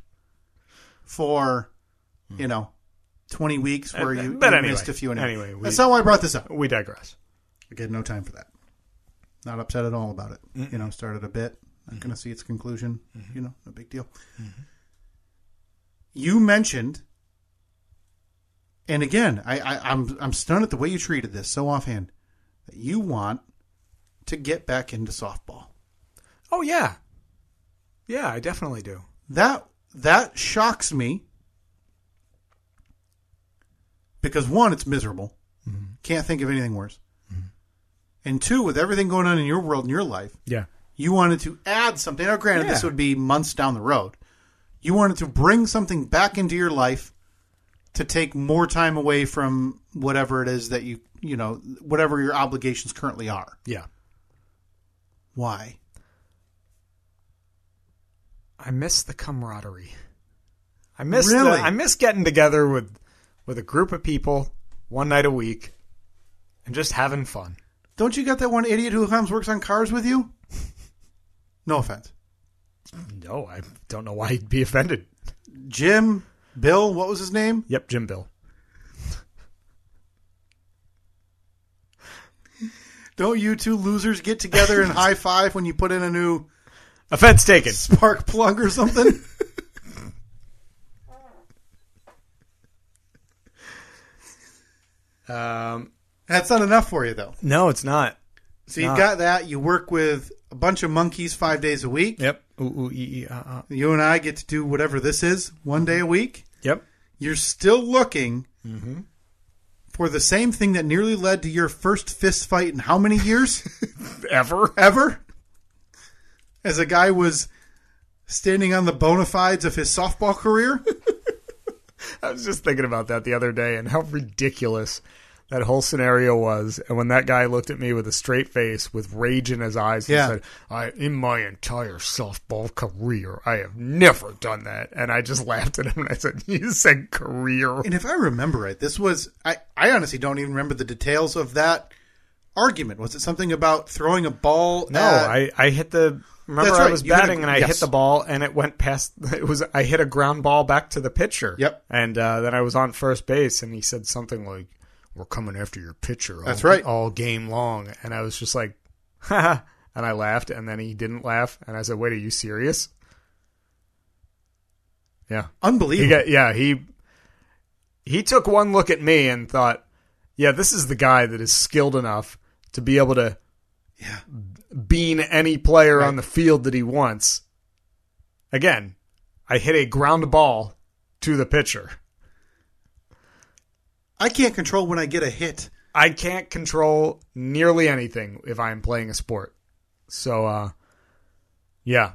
S2: for, you know, 20 weeks where
S3: Uh,
S2: you,
S3: but
S2: you
S3: anyway,
S2: missed a few. And
S3: anyway, we-
S2: That's not why I brought this up.
S3: We digress.
S2: Again, no time for that. Not upset at all about it. You know, started a bit. Not
S3: Mm-hmm.
S2: going to see its conclusion. You know, no big deal. You mentioned, and again, I, I, I'm I'm stunned at the way you treated this so offhand. That you want to get back into softball.
S3: Oh yeah, yeah, I definitely do.
S2: that that shocks me because one it's miserable can't think of anything worse and two with everything going on in your world and your life
S3: Yeah.
S2: you wanted to add something now granted this
S3: Yeah.
S2: would be months down the road you wanted to bring something back into your life to take more time away from whatever it is that you you know whatever your obligations currently are
S3: Yeah.
S2: why
S3: I miss the camaraderie. I miss
S2: Really?
S3: the, I miss getting together with with a group of people one night a week and just having fun.
S2: don't you got that one idiot who comes works on cars with you no offense
S3: No, I don't know why he'd be offended.
S2: Jim, Bill, what was his name?
S3: Yep, Jim Bill.
S2: Don't you two losers get together and high five when you put in a new
S3: Offense taken.
S2: spark plug or something?
S3: Um,
S2: That's not enough for you, though.
S3: no, it's not.
S2: So you've got that. You work with a bunch of monkeys five days a week.
S3: Yep. Ooh, ooh, ee, ee, uh, uh.
S2: You and I get to do whatever this is one day a week.
S3: Yep.
S2: You're still looking for the same thing that nearly led to your first fist fight in how many years?
S3: Ever.
S2: ever as a guy was standing on the bona fides of his softball career.
S3: I was just thinking about that the other day and how ridiculous that whole scenario was. And when that guy looked at me with a straight face, with rage in his eyes,
S2: Yeah.
S3: and said, "I, in my entire softball career, I have never done that," and I just laughed at him and I said, "You said career."
S2: And if I remember right, this was I, I honestly don't even remember the details of that argument. Was it something about throwing a ball?
S3: No,
S2: at-
S3: I, I hit the. Remember,
S2: Uh, That's
S3: I
S2: right,
S3: was
S2: you hit a-
S3: batting and I hit
S2: yes.
S3: the ball, and it went past. It was I hit a ground ball back to the pitcher.
S2: Yep.
S3: And uh, then I was on first base, and he said something like, "We're coming after your pitcher." All,
S2: That's right.
S3: All game long, and I was just like, "Ha!" And I laughed, and then he didn't laugh, and I said, "Wait, are you serious?" Yeah. He
S2: unbelievable.
S3: got yeah he he took one look at me and thought, yeah, this is the guy that is skilled enough to be able to bean any player on the field that he wants. Again, I hit a ground ball to the pitcher.
S2: I can't control when I get a hit.
S3: I can't control nearly anything if I'm playing a sport. So uh yeah.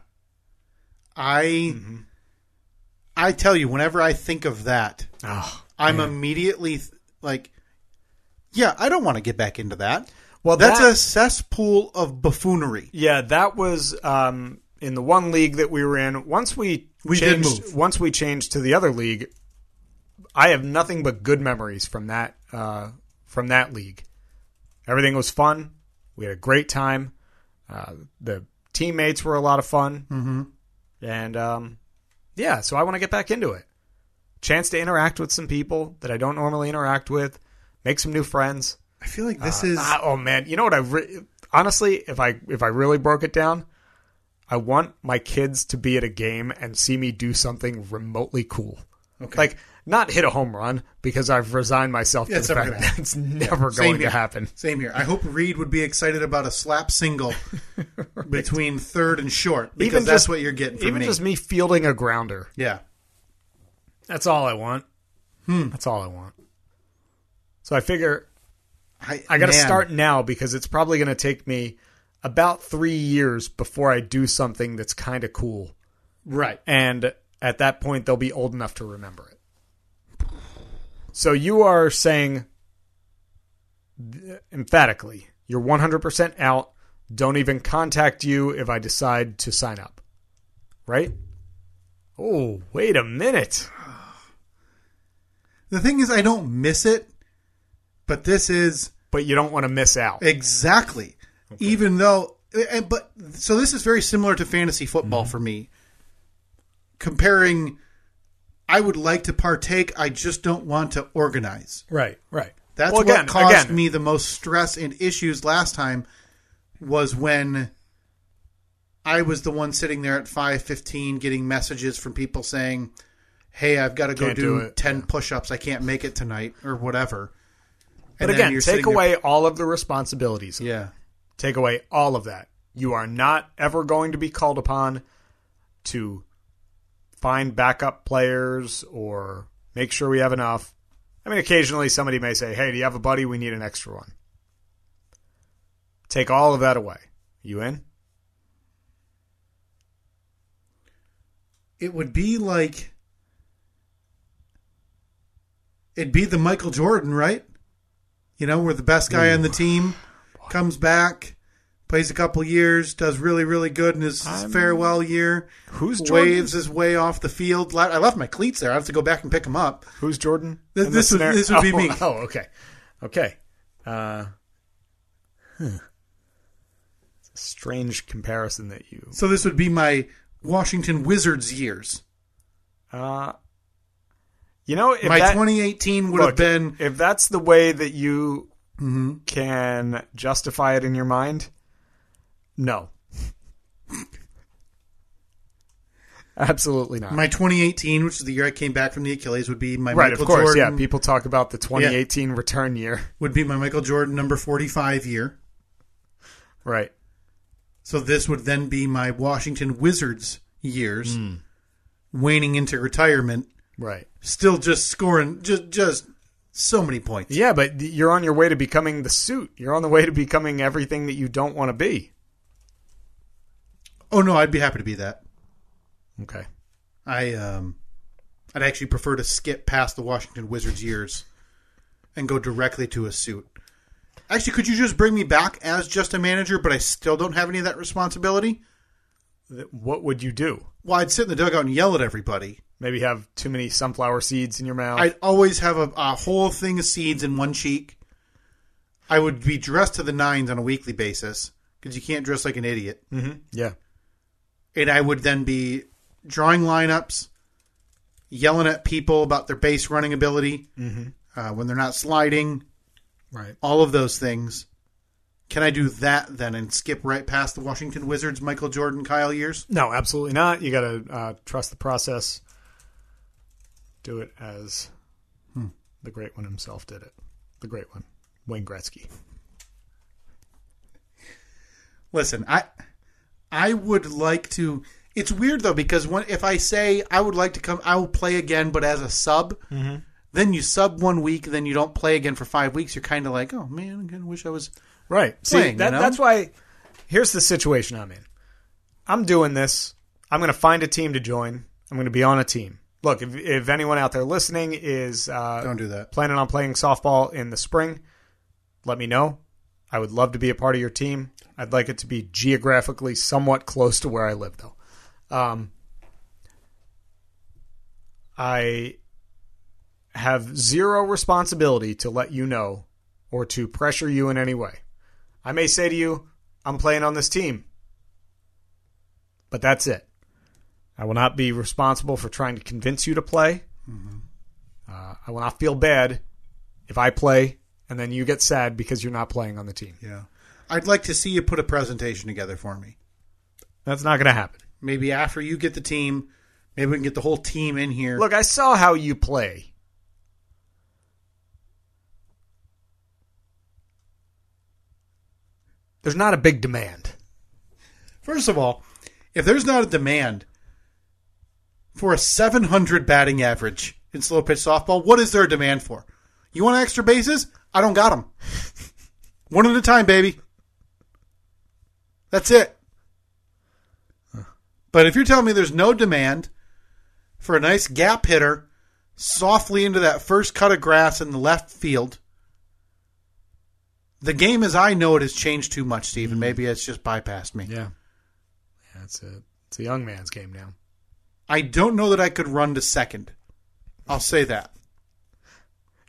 S2: I
S3: Mm-hmm.
S2: I tell you, whenever I think of that,
S3: Oh.
S2: I'm immediately th- like, yeah, I don't want to get back into that.
S3: Well,
S2: That's
S3: that-
S2: a cesspool of buffoonery.
S3: Yeah, that was um, in the one league that we were in. Once we,
S2: We did
S3: changed,
S2: move.
S3: once we changed to the other league, I have nothing but good memories from that uh, from that league. Everything was fun. We had a great time. Uh, the teammates were a lot of fun, mm-hmm. and um, yeah, so I want to get back into it. Chance to interact with some people that I don't normally interact with, make some new friends.
S2: I feel like this is
S3: Ah, oh man, you know what I re- honestly, if I if I really broke it down, I want my kids to be at a game and see me do something remotely cool. Okay. Like not hit a home run because I've resigned myself
S2: Yeah,
S3: to
S2: it's
S3: the
S2: never
S3: fact
S2: gonna
S3: that it's never
S2: Same
S3: going to
S2: here.
S3: happen.
S2: Same here. I hope Reed would be excited about a slap single between third and short because
S3: Even
S2: that's
S3: just-
S2: what you're getting from
S3: Even
S2: me.
S3: just me fielding a grounder.
S2: yeah.
S3: That's all I want.
S2: Hmm.
S3: That's all I want. So I figure I got
S2: man.
S3: to start now because it's probably going to take me about 3 years before I do something that's kind of cool.
S2: right.
S3: and at that point they'll be old enough to remember it. So you are saying th- emphatically, you're 100% out. Don't even contact you if I decide to sign up. Right? Oh, wait a minute.
S2: The thing is, I don't miss it, but this is
S3: But you don't want to miss out.
S2: exactly. Even though, and, but so this is very similar to fantasy football
S3: Mm-hmm.
S2: for me. Comparing, I would like to partake. I just don't want to organize.
S3: Right, right.
S2: That's
S3: Well,
S2: what caused
S3: again,
S2: me the most stress and issues last time was when I was the one sitting there at 5:15 getting messages from people saying, "Hey, I've got to go
S3: Can't
S2: do,
S3: do it.
S2: 10 push-ups. I can't make it tonight or whatever." And
S3: But
S2: then
S3: again,
S2: you're
S3: take
S2: sitting there-
S3: away all of the responsibilities.
S2: yeah.
S3: Take away all of that. You are not ever going to be called upon to find backup players or make sure we have enough. I mean, occasionally somebody may say, hey, do you have a buddy? We need an extra one. Take all of that away. You in?
S2: It would be like it'd be the Michael Jordan, right? You know, where the best guy on the team comes back, plays a couple years, does really really good in his farewell year.
S3: Who's Jordan?
S2: waves his way off the field. La- I left my cleats there. I have to go back and pick them up.
S3: Who's Jordan?
S2: Th-
S3: in
S2: this would-
S3: scenario?
S2: this would be
S3: Oh,
S2: me.
S3: Oh, okay. Okay. Uh, huh. It's a strange comparison that you.
S2: So this would be my Washington Wizards years.
S3: Uh, you know, if
S2: my
S3: that,
S2: 2018 would
S3: Look,
S2: have been Mm-hmm.
S3: if that's the way that you can justify it in your mind no absolutely not
S2: my 2018, which is the year I came back from the Achilles, would be my
S3: right
S2: Michael
S3: of course
S2: Jordan.
S3: yeah people talk about the 2018 return year
S2: would be my Michael Jordan number 45 year.
S3: right
S2: So this would then be my Washington Wizards years, waning into retirement,
S3: right
S2: still just scoring just just so many points.
S3: yeah but you're on your way to becoming the suit you're on the way to becoming everything that you don't want to be
S2: Oh no, I'd be happy to be that.
S3: okay
S2: I um, I'd actually prefer to skip past the Washington Wizards years and go directly to a suit. Actually, could you just bring me back as just a manager, but I still don't have any of that responsibility?
S3: Th- what would you do
S2: Well, I'd sit in the dugout and yell at everybody.
S3: maybe have too many sunflower seeds in your mouth
S2: I'd always have a, a whole thing of seeds in one cheek. I would be dressed to the nines on a weekly basis because you can't dress like an idiot.
S3: yeah
S2: and I would then be drawing lineups, yelling at people about their base running ability uh, when they're not sliding,
S3: right
S2: all of those things. Can I do that then and skip right past the Washington Wizards, Michael Jordan, Kyle years?
S3: No, absolutely not. You got to uh, trust the process. Do it as hmm, the great one himself did it. The great one, Wayne Gretzky.
S2: Listen, I I would like to. It's weird though because when if I say I would like to come, I will play again, but as a sub. Then you sub one week, then you don't play again for five weeks. You're kind of like, oh man, I kinda wish I was.
S3: Right. See,
S2: Playing, you
S3: that,
S2: know?
S3: that's why. Here's the situation I'm in. I'm doing this. I'm going to find a team to join. I'm going to be on a team. Look, if, if anyone out there listening is uh,
S2: Don't do that.
S3: planning on playing softball in the spring, let me know. I would love to be a part of your team. I'd like it to be geographically somewhat close to where I live, though. Um, I have zero responsibility to let you know or to pressure you in any way. I may say to you, I'm playing on this team, but that's it. I will not be responsible for trying to convince you to play. Uh, I will not feel bad if I play and then you get sad because you're not playing on the team.
S2: Yeah. I'd like to see you put a presentation together for me.
S3: That's not going to happen.
S2: Maybe after you get the team, maybe we can get the whole team in here.
S3: Look, I saw how you play. There's not a big demand.
S2: First of all, if there's not a demand for a 700 batting average in slow pitch softball, what is there a demand for? You want extra bases? I don't got them. One at a time, baby. That's it. But if you're telling me there's no demand for a nice gap hitter softly into that first cut of grass in the left field, the game as I know it has changed too much, Steve, and maybe it's just bypassed me.
S3: Yeah. Yeah, it's a it's a young man's game now.
S2: I don't know that I could run to second. I'll say that.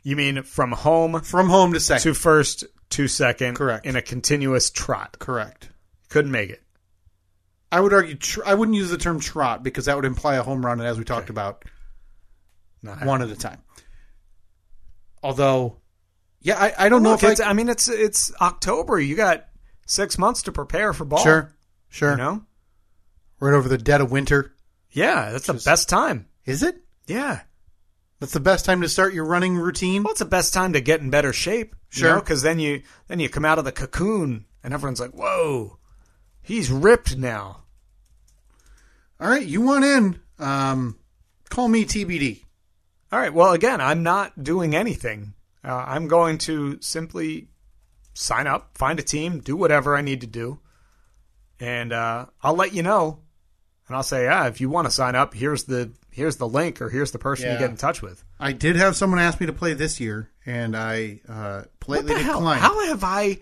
S3: You mean from home
S2: From home to second.
S3: to first to second
S2: Correct.
S3: in a continuous trot.
S2: Correct.
S3: Couldn't make it.
S2: I would argue tr- I wouldn't use the term trot because that would imply a home run, and as we talked
S3: Okay.
S2: about,
S3: Not
S2: one at a time. Although, yeah, I, I don't
S3: Look,
S2: know
S3: it's,
S2: if I,
S3: I mean it's it's October. You got six months to prepare for ball.
S2: sure, sure,
S3: You know?
S2: right over the dead of winter.
S3: Yeah, that's
S2: Just-
S3: the best time.
S2: Is it?
S3: Yeah.
S2: That's the best time to start your running routine.
S3: Well, it's the best time to get in better shape.
S2: Sure.
S3: Because then you then you come out of the cocoon and everyone's like, "Whoa, he's ripped now."
S2: All right, you want in? Um, call me TBD.
S3: All right. Well, again, I'm not doing anything. Uh, I'm going to simply sign up, find a team, do whatever I need to do, and uh, I'll let you know. And I'll say, "Ah, if you want to sign up, here's the here's the link, or here's the person
S2: Yeah.
S3: you get in touch with."
S2: I did have someone ask me to play this year, and I uh,
S3: What
S2: politely
S3: the hell?
S2: declined.
S3: How have I?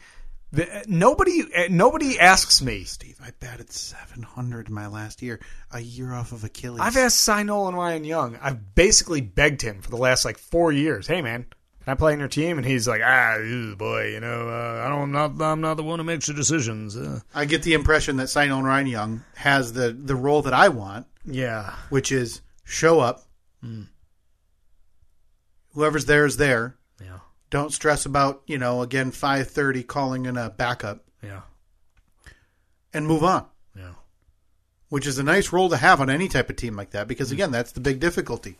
S3: The, nobody eh, nobody asks me.
S2: Steve, I batted 700 my last year, a year off of Achilles.
S3: I've asked Cy and Ryan Young. I've basically begged him for the last like four years. Hey, man, can I play on your team? And he's like, ah, ew, boy, you know, uh, I don't, I'm not, I'm not the one who makes the decisions. Uh,
S2: I get the impression that Sinon Ryan Young has the, the role that I want,
S3: yeah,
S2: which is show up. Hmm. Whoever's there is there.
S3: yeah,
S2: Don't stress about you know again five thirty calling in a backup
S3: yeah,
S2: and move on,
S3: yeah.
S2: which is a nice role to have on any type of team like that because again that's the big difficulty,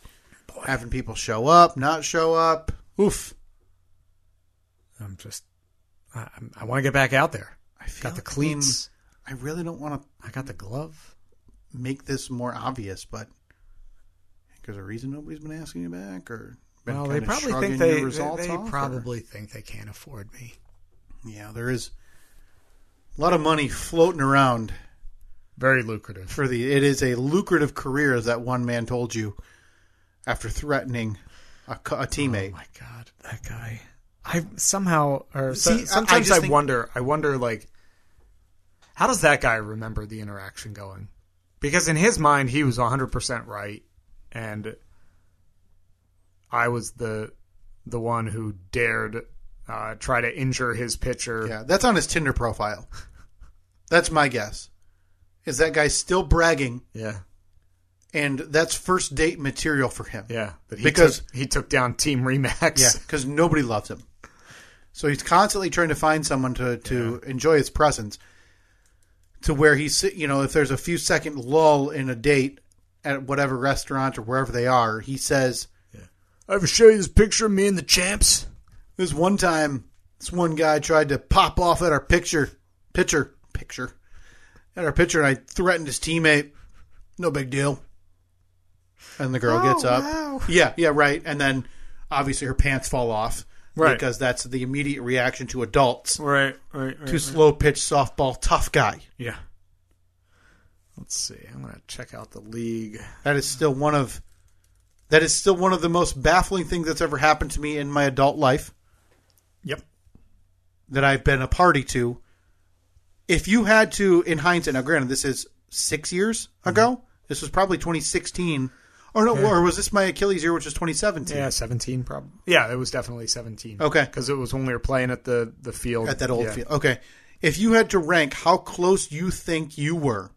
S2: having people show up, not show up. Oof.
S3: I'm just, I, I'm- I want to get back out there.
S2: I feel
S3: Got the
S2: like, I
S3: cleats.
S2: mean, I really don't want to
S3: I got the glove.
S2: make this more obvious, but there's a reason nobody's been asking you back or. been
S3: Well, they
S2: kinda
S3: probably
S2: shrugging
S3: think they,
S2: your
S3: they,
S2: results
S3: they
S2: off, or-
S3: probably think they can't afford me.
S2: yeah there is a lot of money floating around
S3: Very lucrative.
S2: for the it is a lucrative career as that one man told you after threatening a, co- a teammate
S3: Oh my god, that guy! I somehow or
S2: See,
S3: so-
S2: I- I
S3: sometimes
S2: just
S3: I,
S2: think-
S3: wonder. I wonder like, how does that guy remember the interaction going? Because in his mind, he was 100 percent right, and I was the the one who dared uh, try to injure his pitcher.
S2: yeah that's on his tinder profile that's my guess is that guy still bragging
S3: yeah,
S2: and that's first date material for him
S3: yeah. But he
S2: Because-
S3: took, he took down Team Remax.
S2: because nobody loves him so he's constantly trying to find someone to, to enjoy his presence to where he's sit- you know if there's a few second lull in a date at whatever restaurant or wherever they are he says
S3: I ever show you this picture of me and the champs?
S2: This one time, this one guy tried to pop off at our picture, pitcher, picture, at our pitcher, and I threatened his teammate. No big deal. And the girl
S3: Oh,
S2: gets up.
S3: wow.
S2: Yeah, yeah, right. And then obviously her pants fall off.
S3: Right.
S2: Because that's the immediate reaction to adults.
S3: Right, right, right.
S2: To slow pitch softball, tough guy.
S3: Yeah. Let's see. I'm gonna check out the league.
S2: That is still one of that is still one of the most baffling things that's ever happened to me in my adult life.
S3: Yep.
S2: that I've been a party to, if you had to, in hindsight, now granted, this is six years ago. This was probably 2016. Or no, or was this my Achilles year, which was 2017?
S3: Yeah, seventeen probably. Yeah, it was definitely seventeen.
S2: Okay.
S3: because it was when we were playing at the the field
S2: at that old
S3: Yeah.
S2: field. Okay. If you had to rank how close you think you were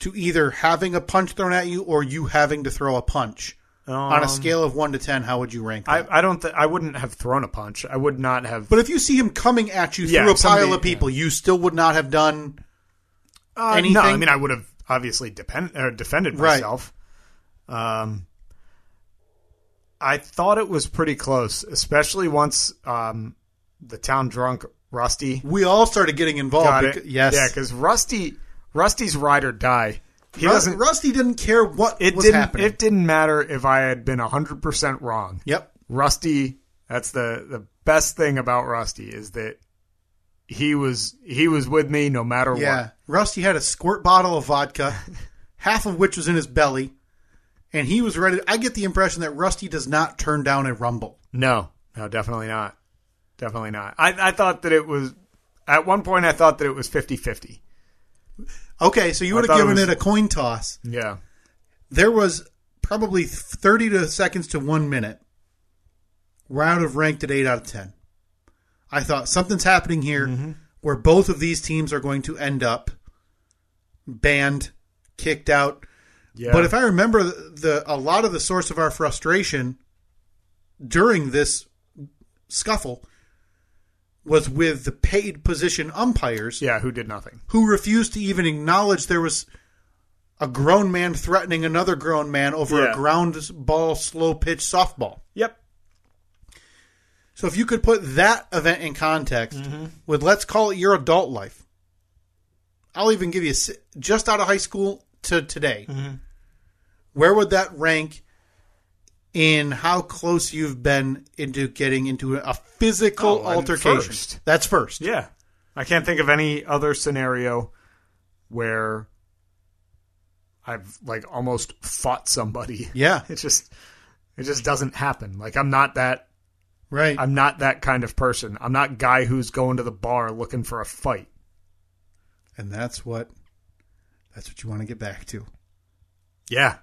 S2: to either having a punch thrown at you or you having to throw a punch on a scale of 1 to 10, how would you rank that?
S3: Um, I, I don't. Th- I wouldn't have thrown a punch. I would not have.
S2: but if you see him coming at you
S3: Yeah,
S2: through a
S3: if somebody-
S2: pile of people, you still would not have done.
S3: Uh,
S2: anything-
S3: No, I mean I would have obviously depend or defended
S2: Right.
S3: myself. Um, I thought it was pretty close, especially once um, the town drunk Rusty
S2: We all started getting involved.
S3: got
S2: becau-
S3: it.
S2: Yes.
S3: yeah, because Rusty Rusty's ride or die. He
S2: Ru-
S3: doesn't.
S2: Rusty didn't care what
S3: it
S2: was
S3: didn't.
S2: happening.
S3: It didn't matter if I had been hundred percent wrong.
S2: yep.
S3: Rusty. That's the the best thing about Rusty is that he was he was with me no matter what.
S2: Yeah. Rusty had a squirt bottle of vodka, half of which was in his belly, and he was ready. I get the impression that Rusty does not turn down a rumble.
S3: No, no, definitely not. Definitely not. I, I thought that it was, at one point, I thought that it was 50 50.
S2: Okay, so you
S3: I
S2: would have
S3: thought it
S2: given
S3: was-
S2: it a coin toss.
S3: Yeah.
S2: There was probably 30 to seconds to one minute where I would have ranked it 8 out of 10. I thought something's happening here
S3: Mm-hmm.
S2: where both of these teams are going to end up banned, kicked out.
S3: Yeah.
S2: But if I remember the, the a lot of the source of our frustration during this scuffle was with the paid position umpires
S3: yeah, who did nothing.
S2: who refused to even acknowledge there was a grown man threatening another grown man over
S3: Yeah.
S2: a ground ball slow pitch softball.
S3: Yep.
S2: So if you could put that event in context
S3: Mm-hmm.
S2: with let's call it your adult life. I'll even give you si- just out of high school to today.
S3: Mm-hmm.
S2: Where would that rank in how close you've been into getting into a physical
S3: Oh, I'm
S2: altercation?
S3: first.
S2: That's first.
S3: Yeah. I can't think of any other scenario where I've, like, almost fought somebody.
S2: Yeah.
S3: It just, it just doesn't happen. Like, I'm not that
S2: Right.
S3: I'm not that kind of person. I'm not guy who's going to the bar looking for a fight.
S2: and that's what that's what you want to get back to.
S3: Yeah.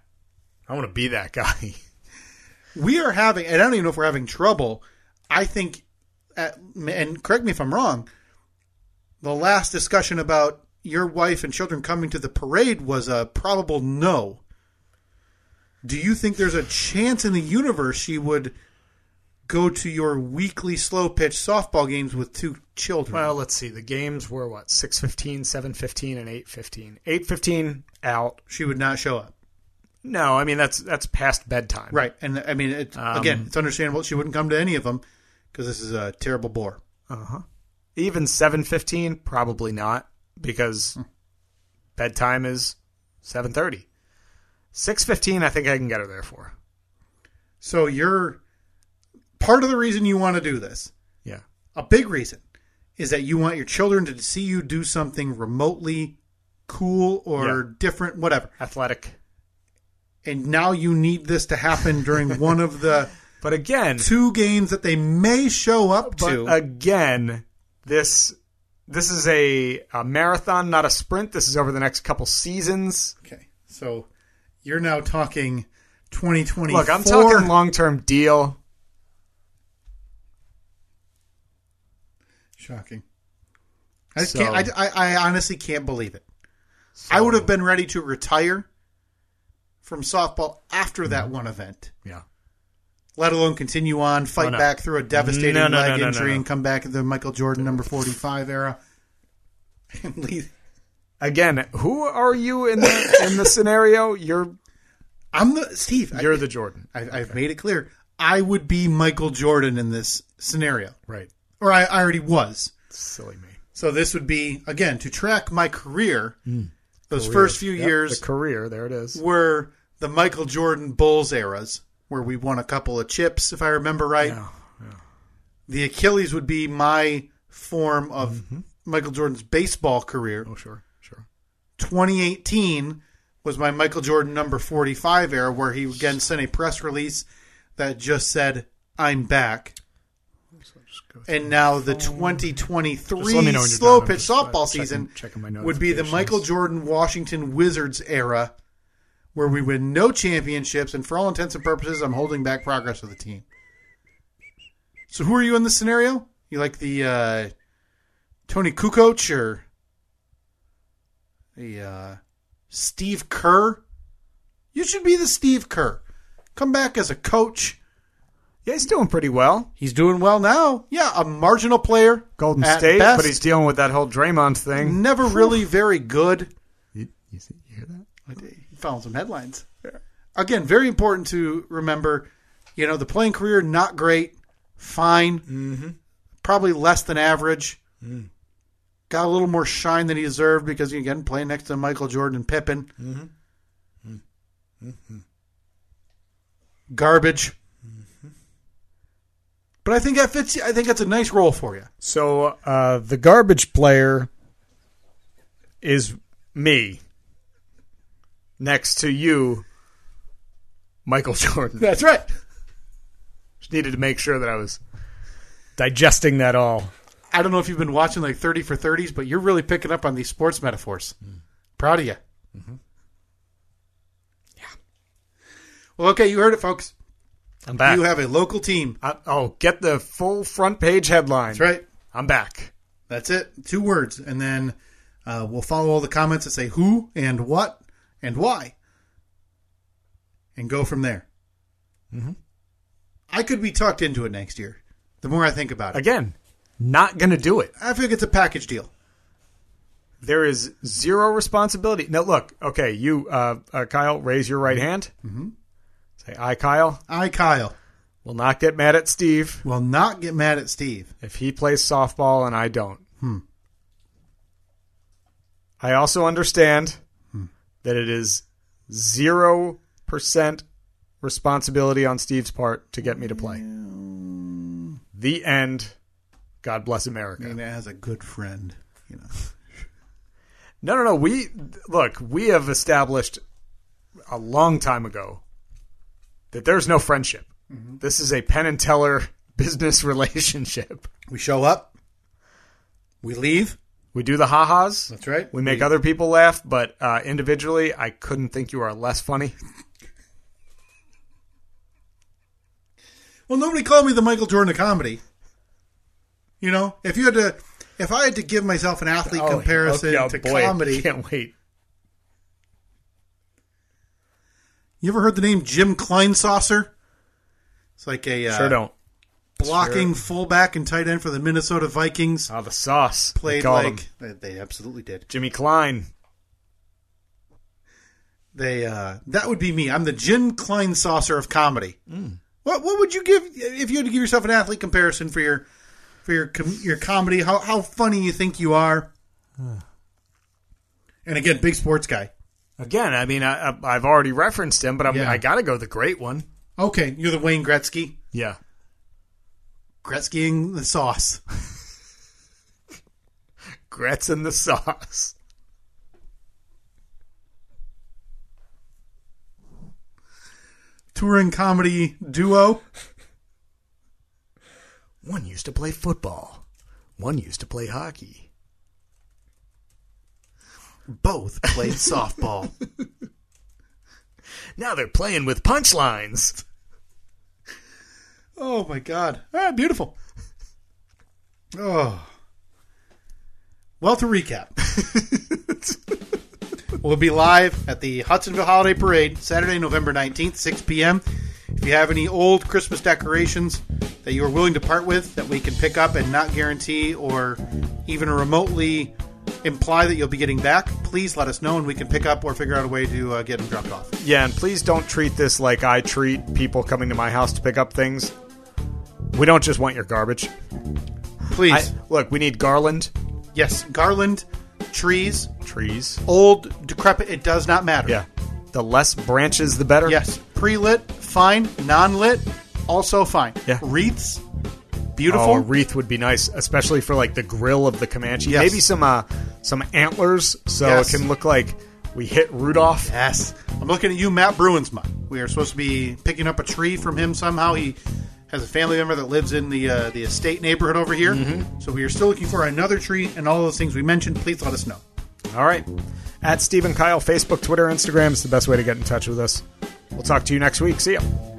S3: I want to be that guy.
S2: we are having, and I don't even know if we're having trouble. I think, at, and correct me if I'm wrong. The last discussion about your wife and children coming to the parade was a probable no. Do you think there's a chance in the universe she would go to your weekly slow pitch softball games with two children?
S3: Well, let's see. The games were what? 6:15, 7:15 and 8:15. 8:15 out.
S2: she would not show up.
S3: No, I mean that's that's past bedtime.
S2: Right. And I mean, it, again, it's understandable she wouldn't come to any of them because this is a terrible bore.
S3: Uh-huh. Even 7:15 probably not
S2: Hmm.
S3: because bedtime is 7:30. 6:15 I think I can get her there for.
S2: So you're part of the reason you want to do this.
S3: Yeah.
S2: A big reason is that you want your children to see you do something remotely cool or
S3: Yeah.
S2: different, whatever.
S3: Athletic.
S2: And now you need this to happen during one of the
S3: But again,
S2: two games that they may show up
S3: But
S2: to.
S3: again, this this is a, a marathon, not a sprint. This is over the next couple seasons.
S2: okay, so you're now talking 2024.
S3: Look, I'm talking long term deal.
S2: Shocking. I just
S3: So-
S2: can't. I, I, I honestly can't believe it. I would have been ready to retire from softball after that one event,
S3: Yeah.
S2: let alone continue on, fight
S3: Oh, no.
S2: back through a devastating
S3: No, no,
S2: leg
S3: no, no,
S2: injury,
S3: no, no.
S2: and come back at the Michael Jordan number forty-five era. And leave.
S3: Again, who are you in the in the scenario? You're
S2: I'm the Steve. I,
S3: you're the Jordan,
S2: I, I've made it clear. I would be Michael Jordan in this scenario,
S3: right?
S2: or I, I already was.
S3: Silly me.
S2: So this would be again to track my career. Those first few
S3: Hmm. Yep,
S2: years,
S3: the career. There it is.
S2: were the Michael Jordan Bulls eras, where we won a couple of chips, if I remember right. The Achilles would be my form of Michael Jordan's baseball career.
S3: Oh, sure, sure.
S2: 2018 was my Michael Jordan number 45 era, where he again sent a press release that just said, I'm back. and now the 2023
S3: Just let me know when you're
S2: slow
S3: done. I'm
S2: pitch
S3: just, uh,
S2: softball
S3: checking-
S2: season
S3: checking my
S2: would be the
S3: notifications.
S2: Michael Jordan Washington Wizards era, where we win no championships, and for all intents and purposes, I'm holding back progress of the team. So, who are you in this scenario? You like the uh, Tony Kukoc or the uh, Steve Kerr? You should be the Steve Kerr. Come back as a coach.
S3: Yeah, he's doing pretty well.
S2: He's doing well now. Yeah, a marginal player.
S3: Golden
S2: at
S3: State,
S2: best. Mm-hmm.
S3: but he's dealing with that whole Draymond thing.
S2: never really very good.
S3: You, you, see, you hear that?
S2: I did- found some headlines. Again, very important to remember. You know, the playing career not great, fine, mm-hmm. Mm. probably less than average. Got a little more shine than he deserved because again, playing next to Michael Jordan and Pippen. Mm-hmm. Garbage. Mm-hmm. But I think that fits. you. I think that's a nice role for you.
S3: So uh, the garbage player is me. Next to you, Michael Jordan.
S2: That's right.
S3: Just needed to make sure that I was digesting that all.
S2: I don't know if you've been watching like 30 for 30s, but you're really picking up on these sports metaphors. Proud of you. Yeah. Well, okay, you heard it, folks.
S3: I'm back.
S2: You have a local team.
S3: I, oh, get the full front page headline.
S2: That's right.
S3: I'm back.
S2: That's it. Two words. And then uh, we'll follow all the comments that say who and what and why and go from there. Mm-hmm. I could be tucked into it next year the more I think about it.
S3: Again, not going to do it.
S2: I think it's a package deal.
S3: There is zero responsibility. Now, look, okay, you, uh, uh, Kyle, raise your right hand. Mm-hmm. Say, I, Kyle,
S2: I, Kyle,
S3: will not get mad at Steve
S2: will not get mad at Steve.
S3: if he plays softball and I don't. I also understand that it is 0% responsibility on Steve's part to get me to play. The end. God bless America.
S2: And as a good friend, you know.
S3: No, no, no. We look. We have established a long time ago that there's no friendship.
S2: Mm-hmm.
S3: This is a Penn and Teller business relationship.
S2: We show up. We leave.
S3: We do the ha-has.
S2: That's right.
S3: We make other people laugh, but uh, individually, I couldn't think you are less funny.
S2: Well, nobody called me the Michael Jordan of comedy. You know, if you had to, if I had to give myself an athlete comparison
S3: oh, yeah,
S2: to
S3: boy,
S2: comedy,
S3: Can't wait.
S2: you ever heard the name Jim Kleinsaucer? It's like a uh,
S3: Sure don't.
S2: blocking fullback and tight end for the Minnesota Vikings.
S3: Oh, the sauce We
S2: Played
S3: called
S2: like
S3: him.
S2: they they absolutely did.
S3: Jimmy Klein.
S2: They uh, that would be me. I'm the Jim Kleinsaucer of comedy. What what would you give if you had to give yourself an athlete comparison for your for your com- your comedy? How how funny you think you are? And again, big sports guy.
S3: Again, I mean, I, I, I've already referenced him, but I'm,
S2: Yeah.
S3: I got to go the great one.
S2: Okay, you're the Wayne Gretzky.
S3: Yeah.
S2: Gretzkying the sauce.
S3: Gretz in the sauce.
S2: Touring comedy duo.
S3: One used to play football. One used to play hockey.
S2: Both played softball.
S3: Now they're playing with punchlines.
S2: Oh my god. Ah, beautiful. Oh. Well, to recap, we'll be live at the Hudsonville Holiday Parade Saturday, November 19th, 6 p.m. If you have any old Christmas decorations that you are willing to part with that we can pick up and not guarantee or even remotely imply that you'll be getting back, please let us know and we can pick up or figure out a way to uh, get them dropped off.
S3: Yeah, and please don't treat this like I treat people coming to my house to pick up things. We don't just want your garbage. I,
S2: Please.
S3: look, we need garland,
S2: yes, garland, trees,
S3: trees.
S2: old, decrepit, it does not matter.
S3: Yeah. The less branches, the better.
S2: Yes. Pre lit, fine. Non lit, also fine.
S3: Yeah.
S2: Wreaths,
S3: Oh,
S2: beautiful.
S3: a wreath would be nice, especially for like the grill of the Comanche.
S2: Yes.
S3: Maybe some uh, some antlers, so
S2: Yes.
S3: it can look like we hit Rudolph.
S2: yes. I'm looking at you, Matt Bruinsma. We are supposed to be picking up a tree from him somehow. He has a family member that lives in the uh, the estate neighborhood over here.
S3: Mm-hmm.
S2: So we are still looking for another tree and all those things we mentioned. Please let us know.
S3: All right. At Stephen Kyle, Facebook, Twitter, Instagram is the best way to get in touch with us. We'll talk to you next week. See ya.